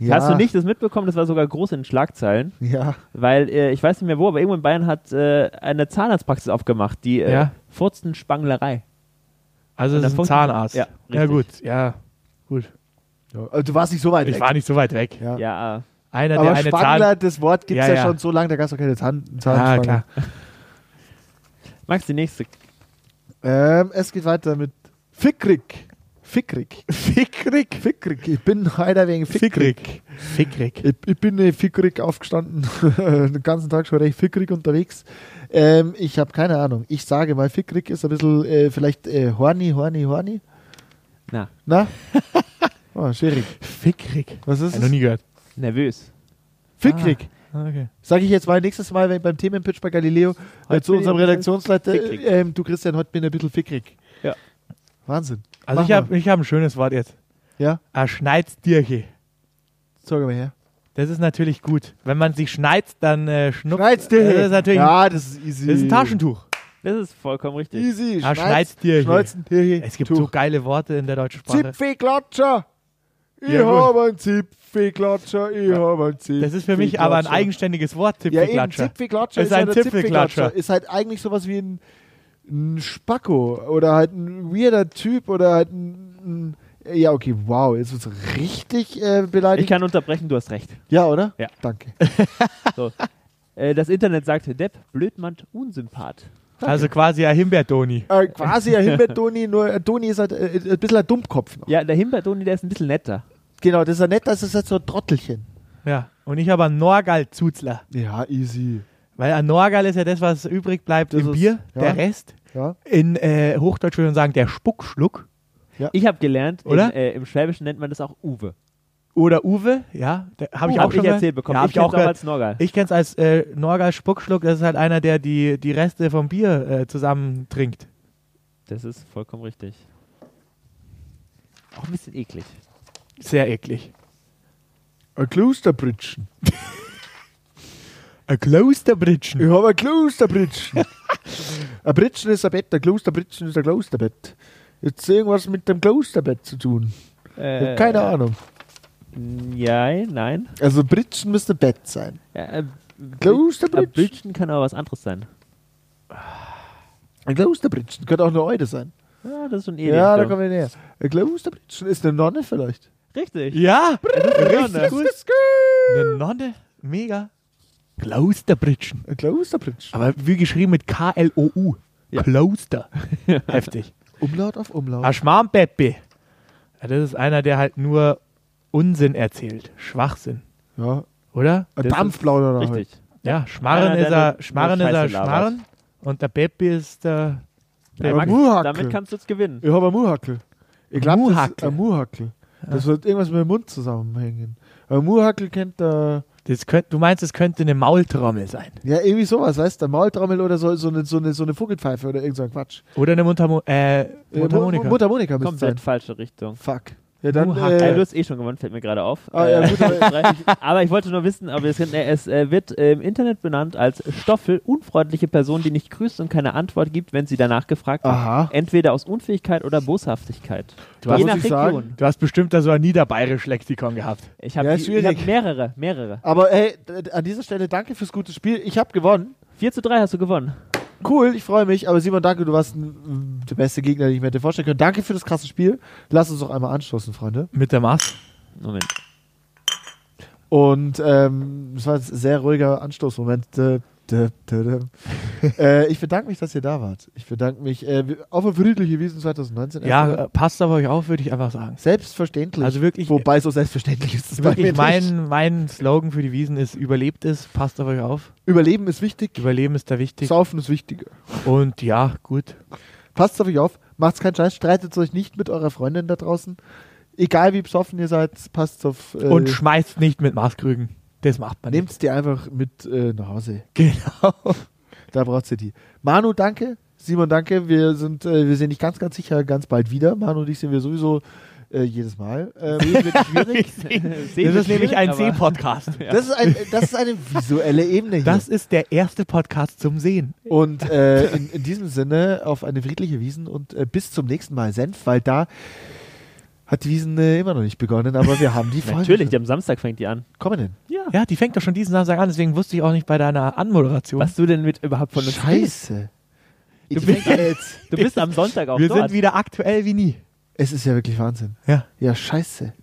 Speaker 1: Ja,
Speaker 2: Hast du nicht das mitbekommen? Das war sogar groß in den Schlagzeilen.
Speaker 1: Ja.
Speaker 2: Weil, äh, ich weiß nicht mehr wo, aber irgendwo in Bayern hat äh, eine Zahnarztpraxis aufgemacht, die äh,
Speaker 4: Ja.
Speaker 2: Furzenspanglerei.
Speaker 4: Also
Speaker 2: Und
Speaker 4: es
Speaker 2: der
Speaker 4: ist ein
Speaker 2: Funken-
Speaker 4: Zahnarzt.
Speaker 2: Ja,
Speaker 4: ja
Speaker 2: richtig.
Speaker 4: gut, ja. Gut.
Speaker 1: Ja, also Du warst nicht so weit
Speaker 4: Ich
Speaker 1: weg.
Speaker 4: war nicht so weit weg.
Speaker 1: ja.
Speaker 2: Ja,
Speaker 4: Einer, der
Speaker 1: Aber
Speaker 4: eine
Speaker 1: Spangler,
Speaker 4: Zahn...
Speaker 1: das Wort gibt es
Speaker 4: Ja,
Speaker 1: ja,
Speaker 4: ja.
Speaker 1: schon so lange, da gab es auch keine Zahn Zahnspange.
Speaker 4: Ah, klar.
Speaker 2: Max, die nächste.
Speaker 1: Ähm, es geht weiter mit Fickrig. Fickrig. Fickrig. Fickrig. Ich bin heute wegen Fickrig.
Speaker 4: Fickrig. Fickrig.
Speaker 1: Ich, ich bin äh, fickrig aufgestanden, [laughs] den ganzen Tag schon recht fickrig unterwegs. Ähm, ich habe keine Ahnung. Ich sage mal, fickrig ist ein bisschen äh, vielleicht äh, horny, horny, horny.
Speaker 2: Na,
Speaker 1: Na? [laughs] oh, schwierig.
Speaker 4: Fickrig.
Speaker 1: Was ist
Speaker 4: Hab ich noch
Speaker 1: es?
Speaker 4: nie gehört.
Speaker 2: nervös.
Speaker 4: Ah.
Speaker 1: Fickrig.
Speaker 4: Okay.
Speaker 1: Sag ich jetzt mal nächstes Mal wenn- beim Themenpitch bei Galileo äh,
Speaker 2: Heute
Speaker 1: zu
Speaker 2: bin
Speaker 1: unserem
Speaker 2: ich ein
Speaker 1: Redaktionsleiter.
Speaker 2: fickrig.
Speaker 1: Äh, ähm, du Christian, heute bin ich ein bisschen fickrig.
Speaker 2: Ja.
Speaker 1: Wahnsinn.
Speaker 4: Also
Speaker 1: Mach
Speaker 4: ich habe ich hab ein schönes Wort jetzt.
Speaker 1: Ja?
Speaker 4: Ah, Schneidstierche.
Speaker 1: Zeig mal her.
Speaker 4: Das ist natürlich gut. Wenn man sich schneidet, dann äh, schnuppt...
Speaker 1: Schneidstierche.
Speaker 4: Das ist natürlich...
Speaker 1: Ja, das ist easy.
Speaker 4: Das ist ein Taschentuch.
Speaker 2: Das ist vollkommen richtig.
Speaker 1: Easy.
Speaker 4: Ah,
Speaker 1: Schneid's-
Speaker 4: Schneidstierche.
Speaker 1: Schneuzenstierche.
Speaker 4: Es gibt
Speaker 1: Tuch.
Speaker 4: so geile Worte in der deutschen Sprache.
Speaker 1: Zipfelklatscher. Ich
Speaker 4: Ja, gut.
Speaker 1: habe einen Zipfelklatscher. Ich habe einen Zipfelklatscher.
Speaker 4: Das ist für mich aber ein eigenständiges Wort,
Speaker 1: Ja, eben.
Speaker 4: Zipfelklatscher.
Speaker 1: Zipfelklatscher
Speaker 4: Ist
Speaker 1: ist,
Speaker 4: ein
Speaker 1: halt ein
Speaker 4: Zipfelklatscher.
Speaker 1: Zipfelklatscher. Ist halt eigentlich sowas wie ein, ein Spacko oder halt ein weirder Typ oder halt ein. ein ja, okay, wow, jetzt ist es richtig äh,
Speaker 2: Ich
Speaker 1: beleidigt.
Speaker 2: kann unterbrechen, du hast recht.
Speaker 1: ja, oder?
Speaker 2: Ja.
Speaker 1: Danke. [laughs]
Speaker 2: So. äh, das Internet sagt Depp, Blödmann, Unsympath.
Speaker 4: also quasi ein Himbeerdoni.
Speaker 1: Äh, quasi ein Himbeerdoni, nur äh, Doni ist halt äh, ein bisschen ein Dummkopf noch.
Speaker 2: Ja, der Himbeerdoni, der ist ein bisschen netter.
Speaker 1: Genau, das ist ja nett, das ist halt so ein Trottelchen.
Speaker 4: Ja. Und ich habe einen Norgal-Zuzler.
Speaker 1: Ja, easy.
Speaker 4: Weil ein Norgal ist ja das, was übrig bleibt
Speaker 1: Das
Speaker 4: im
Speaker 1: ist-
Speaker 4: Bier,
Speaker 1: ja.
Speaker 4: der Rest.
Speaker 1: Ja.
Speaker 4: In äh, Hochdeutsch würde man sagen, der Spuckschluck.
Speaker 2: Ich habe gelernt,
Speaker 4: Oder?
Speaker 2: In, äh, im Schwäbischen nennt man das auch Uwe.
Speaker 4: Oder Uwe, ja, der- habe ich
Speaker 2: Uh, Hab
Speaker 4: auch schon
Speaker 2: ich
Speaker 4: gehört.
Speaker 2: erzählt bekommen.
Speaker 4: Ja, hab
Speaker 2: ich kenn's auch
Speaker 4: gehört.
Speaker 2: als Norgal.
Speaker 4: Ich kenne es als äh, Norgal-Spuckschluck, das ist halt einer, der die, die Reste vom Bier äh, zusammentrinkt.
Speaker 2: das ist vollkommen richtig. Auch ein bisschen eklig.
Speaker 4: Sehr eklig.
Speaker 1: Ein Klosterbritschen.
Speaker 4: Ein Klosterbritschen.
Speaker 1: Ich habe ein [laughs] Klosterbritschen. ein Britschen ist ein Bett, ein Klosterbritschen ist ein Klosterbett. Jetzt irgendwas mit dem Klosterbett zu tun.
Speaker 2: Äh,
Speaker 1: Ich hab keine Ahnung.
Speaker 2: Nein, nein.
Speaker 1: Also Britschen müsste Bett sein.
Speaker 2: Äh, ein
Speaker 1: Klosterbritschen.
Speaker 2: Bildchen kann aber was anderes sein.
Speaker 1: Ein Klosterbritschen könnte auch eine Eude sein.
Speaker 2: Ja, das ist schon ähnlich.
Speaker 1: Ja, da kommen wir näher. Ein Klosterbritschen ist eine Nonne vielleicht.
Speaker 2: Richtig.
Speaker 4: Ja,
Speaker 2: Richtig
Speaker 4: gut. Eine Nonne, mega. Klosterbritschen.
Speaker 1: Ein Klosterbritschen.
Speaker 4: Aber wie geschrieben mit K-L-O-U.
Speaker 2: Ja.
Speaker 4: [laughs] Kloster. Heftig.
Speaker 1: Umlaut auf Umlaut.
Speaker 4: Ah, Schmarmbeppe. Ja, das ist einer, der halt nur Unsinn erzählt. Schwachsinn,
Speaker 1: Ja.
Speaker 4: oder?
Speaker 1: Ein
Speaker 2: Das ist
Speaker 1: Dampfplauderer. halt.
Speaker 2: Richtig.
Speaker 4: Ja, Schmarren
Speaker 2: Einer,
Speaker 4: ist
Speaker 2: der
Speaker 4: er,
Speaker 2: nur-
Speaker 4: Schmarren
Speaker 2: nur
Speaker 4: ist er
Speaker 2: Scheiße labert.
Speaker 4: Schmarren und der Beppe ist äh, der
Speaker 2: Nee,
Speaker 1: Aber
Speaker 2: Max,
Speaker 1: Muhacke.
Speaker 2: damit kannst du jetzt gewinnen.
Speaker 1: Ich habe eine Muhackel. Ich glaube, das ist
Speaker 4: Muhackel.
Speaker 1: ein Muhackel. Das wird irgendwas mit dem Mund zusammenhängen. Ein Muhackel kennt der.
Speaker 4: Das könnt, du meinst, es könnte eine Maultrommel sein.
Speaker 1: Ja, irgendwie sowas, weißt du, der Maultrommel oder so, so, eine, so, eine, so eine Vogelpfeife oder irgend so ein Quatsch.
Speaker 4: Oder eine Mundharmo äh,
Speaker 1: Äh,
Speaker 4: Mundharmonika.
Speaker 1: Mu- Mundharmonika müsste
Speaker 2: Komplett
Speaker 1: sein.
Speaker 2: falsche Richtung.
Speaker 1: Fuck. Ja, dann.
Speaker 4: Muhackel.
Speaker 2: Äh, du
Speaker 1: Äh,
Speaker 2: hast eh schon gewonnen, fällt mir gerade auf.
Speaker 1: Ah, ja,
Speaker 2: Äh,
Speaker 1: gut,
Speaker 2: [laughs]
Speaker 1: aber-
Speaker 2: aber ich wollte nur wissen, ob ihr es kennt. Äh, Es äh, wird äh, im Internet benannt als Stoffel, unfreundliche Person, die nicht grüßt und keine Antwort gibt, wenn sie danach gefragt wird.
Speaker 1: Aha.
Speaker 2: Entweder aus Unfähigkeit oder Boshaftigkeit.
Speaker 4: Du hast-
Speaker 2: Je
Speaker 1: muss
Speaker 2: nach
Speaker 1: ich
Speaker 2: Region.
Speaker 1: sagen,
Speaker 4: Du hast bestimmt da so ein niederbayerisch Lexikon gehabt.
Speaker 2: Ich habe
Speaker 1: Ja, ist
Speaker 2: ich hab
Speaker 1: schwierig.
Speaker 2: mehrere, mehrere.
Speaker 1: aber ey, d- d- an dieser Stelle danke fürs gute Spiel. Ich habe gewonnen.
Speaker 2: 4 zu 3 hast du gewonnen.
Speaker 1: Cool, ich freue mich. Aber Simon, danke, du warst ein, der beste Gegner, den ich mir hätte vorstellen können. Danke für das krasse Spiel. Lass uns doch einmal anstoßen, Freunde.
Speaker 4: Mit der Maß.
Speaker 2: Moment.
Speaker 1: Und ähm, es war ein sehr ruhiger Anstoßmoment. Dö, dö, dö,
Speaker 4: [laughs]
Speaker 1: dö. äh, ich bedanke mich, dass ihr da wart. Ich bedanke mich äh, auf eine friedliche Wiesen 2019.
Speaker 4: Ja, äh, passt auf euch auf, würde ich einfach sagen.
Speaker 1: selbstverständlich.
Speaker 4: Also wirklich,
Speaker 1: Wobei so selbstverständlich ist es bei mir
Speaker 4: wirklich
Speaker 1: nicht.
Speaker 4: mein, mein Slogan für die Wiesen ist, überlebt ist, passt auf euch auf.
Speaker 1: Überleben ist wichtig,
Speaker 4: Überleben ist da wichtig.
Speaker 1: Saufen ist wichtiger.
Speaker 4: Und ja, gut.
Speaker 1: Passt auf euch auf, macht's keinen Scheiß, streitet euch nicht mit eurer Freundin da draußen. Egal wie besoffen ihr seid, passt auf. Äh,
Speaker 4: Und schmeißt nicht mit Maßkrügen. Das macht man
Speaker 1: nehmt die einfach mit äh, nach Hause.
Speaker 4: nicht. Genau.
Speaker 1: Da braucht ihr die. Manu, danke. Simon, danke. Wir sind, äh, wir sehen dich ganz, ganz sicher ganz bald wieder. Manu und ich sehen wir sowieso äh, jedes Mal. Ähm,
Speaker 4: [laughs]
Speaker 2: [laughs]
Speaker 4: Das ist nämlich ein Seh-Podcast.
Speaker 1: das, ist ein, das ist eine visuelle Ebene hier.
Speaker 4: Das ist der erste Podcast zum Sehen.
Speaker 1: Und äh, in, in diesem Sinne auf eine friedliche Wiesen und äh, bis zum nächsten Mal Senf, weil da hat die Wiesen äh, immer noch nicht begonnen, aber wir haben die Folge
Speaker 2: Natürlich,
Speaker 1: schon.
Speaker 2: am Samstag fängt die an.
Speaker 1: kommenden.
Speaker 4: Ja, die fängt doch schon diesen Samstag an, deswegen wusste ich auch nicht bei deiner Anmoderation.
Speaker 2: Was du denn mit überhaupt von uns
Speaker 1: Scheiße.
Speaker 2: Du
Speaker 1: Die
Speaker 2: bist-
Speaker 1: fängt jetzt.
Speaker 2: Du bist am Sonntag auch
Speaker 4: Wir
Speaker 2: dort.
Speaker 4: sind wieder aktuell wie nie.
Speaker 1: Es ist ja wirklich Wahnsinn.
Speaker 4: Ja.
Speaker 1: Ja, scheiße.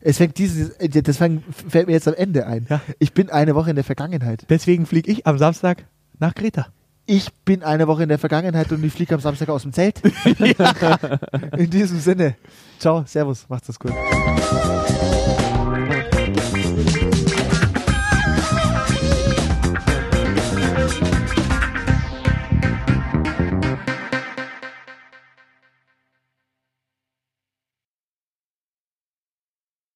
Speaker 1: Es fängt dieses, äh, das fang- fällt mir jetzt am Ende ein.
Speaker 4: Ja.
Speaker 1: Ich bin eine Woche in der Vergangenheit.
Speaker 4: Deswegen fliege ich am Samstag nach Kreta.
Speaker 1: Ich bin eine Woche in der Vergangenheit und ich fliege am Samstag aus dem
Speaker 2: [laughs]
Speaker 1: Zelt. in diesem Sinne. Ciao, Servus, macht's das gut.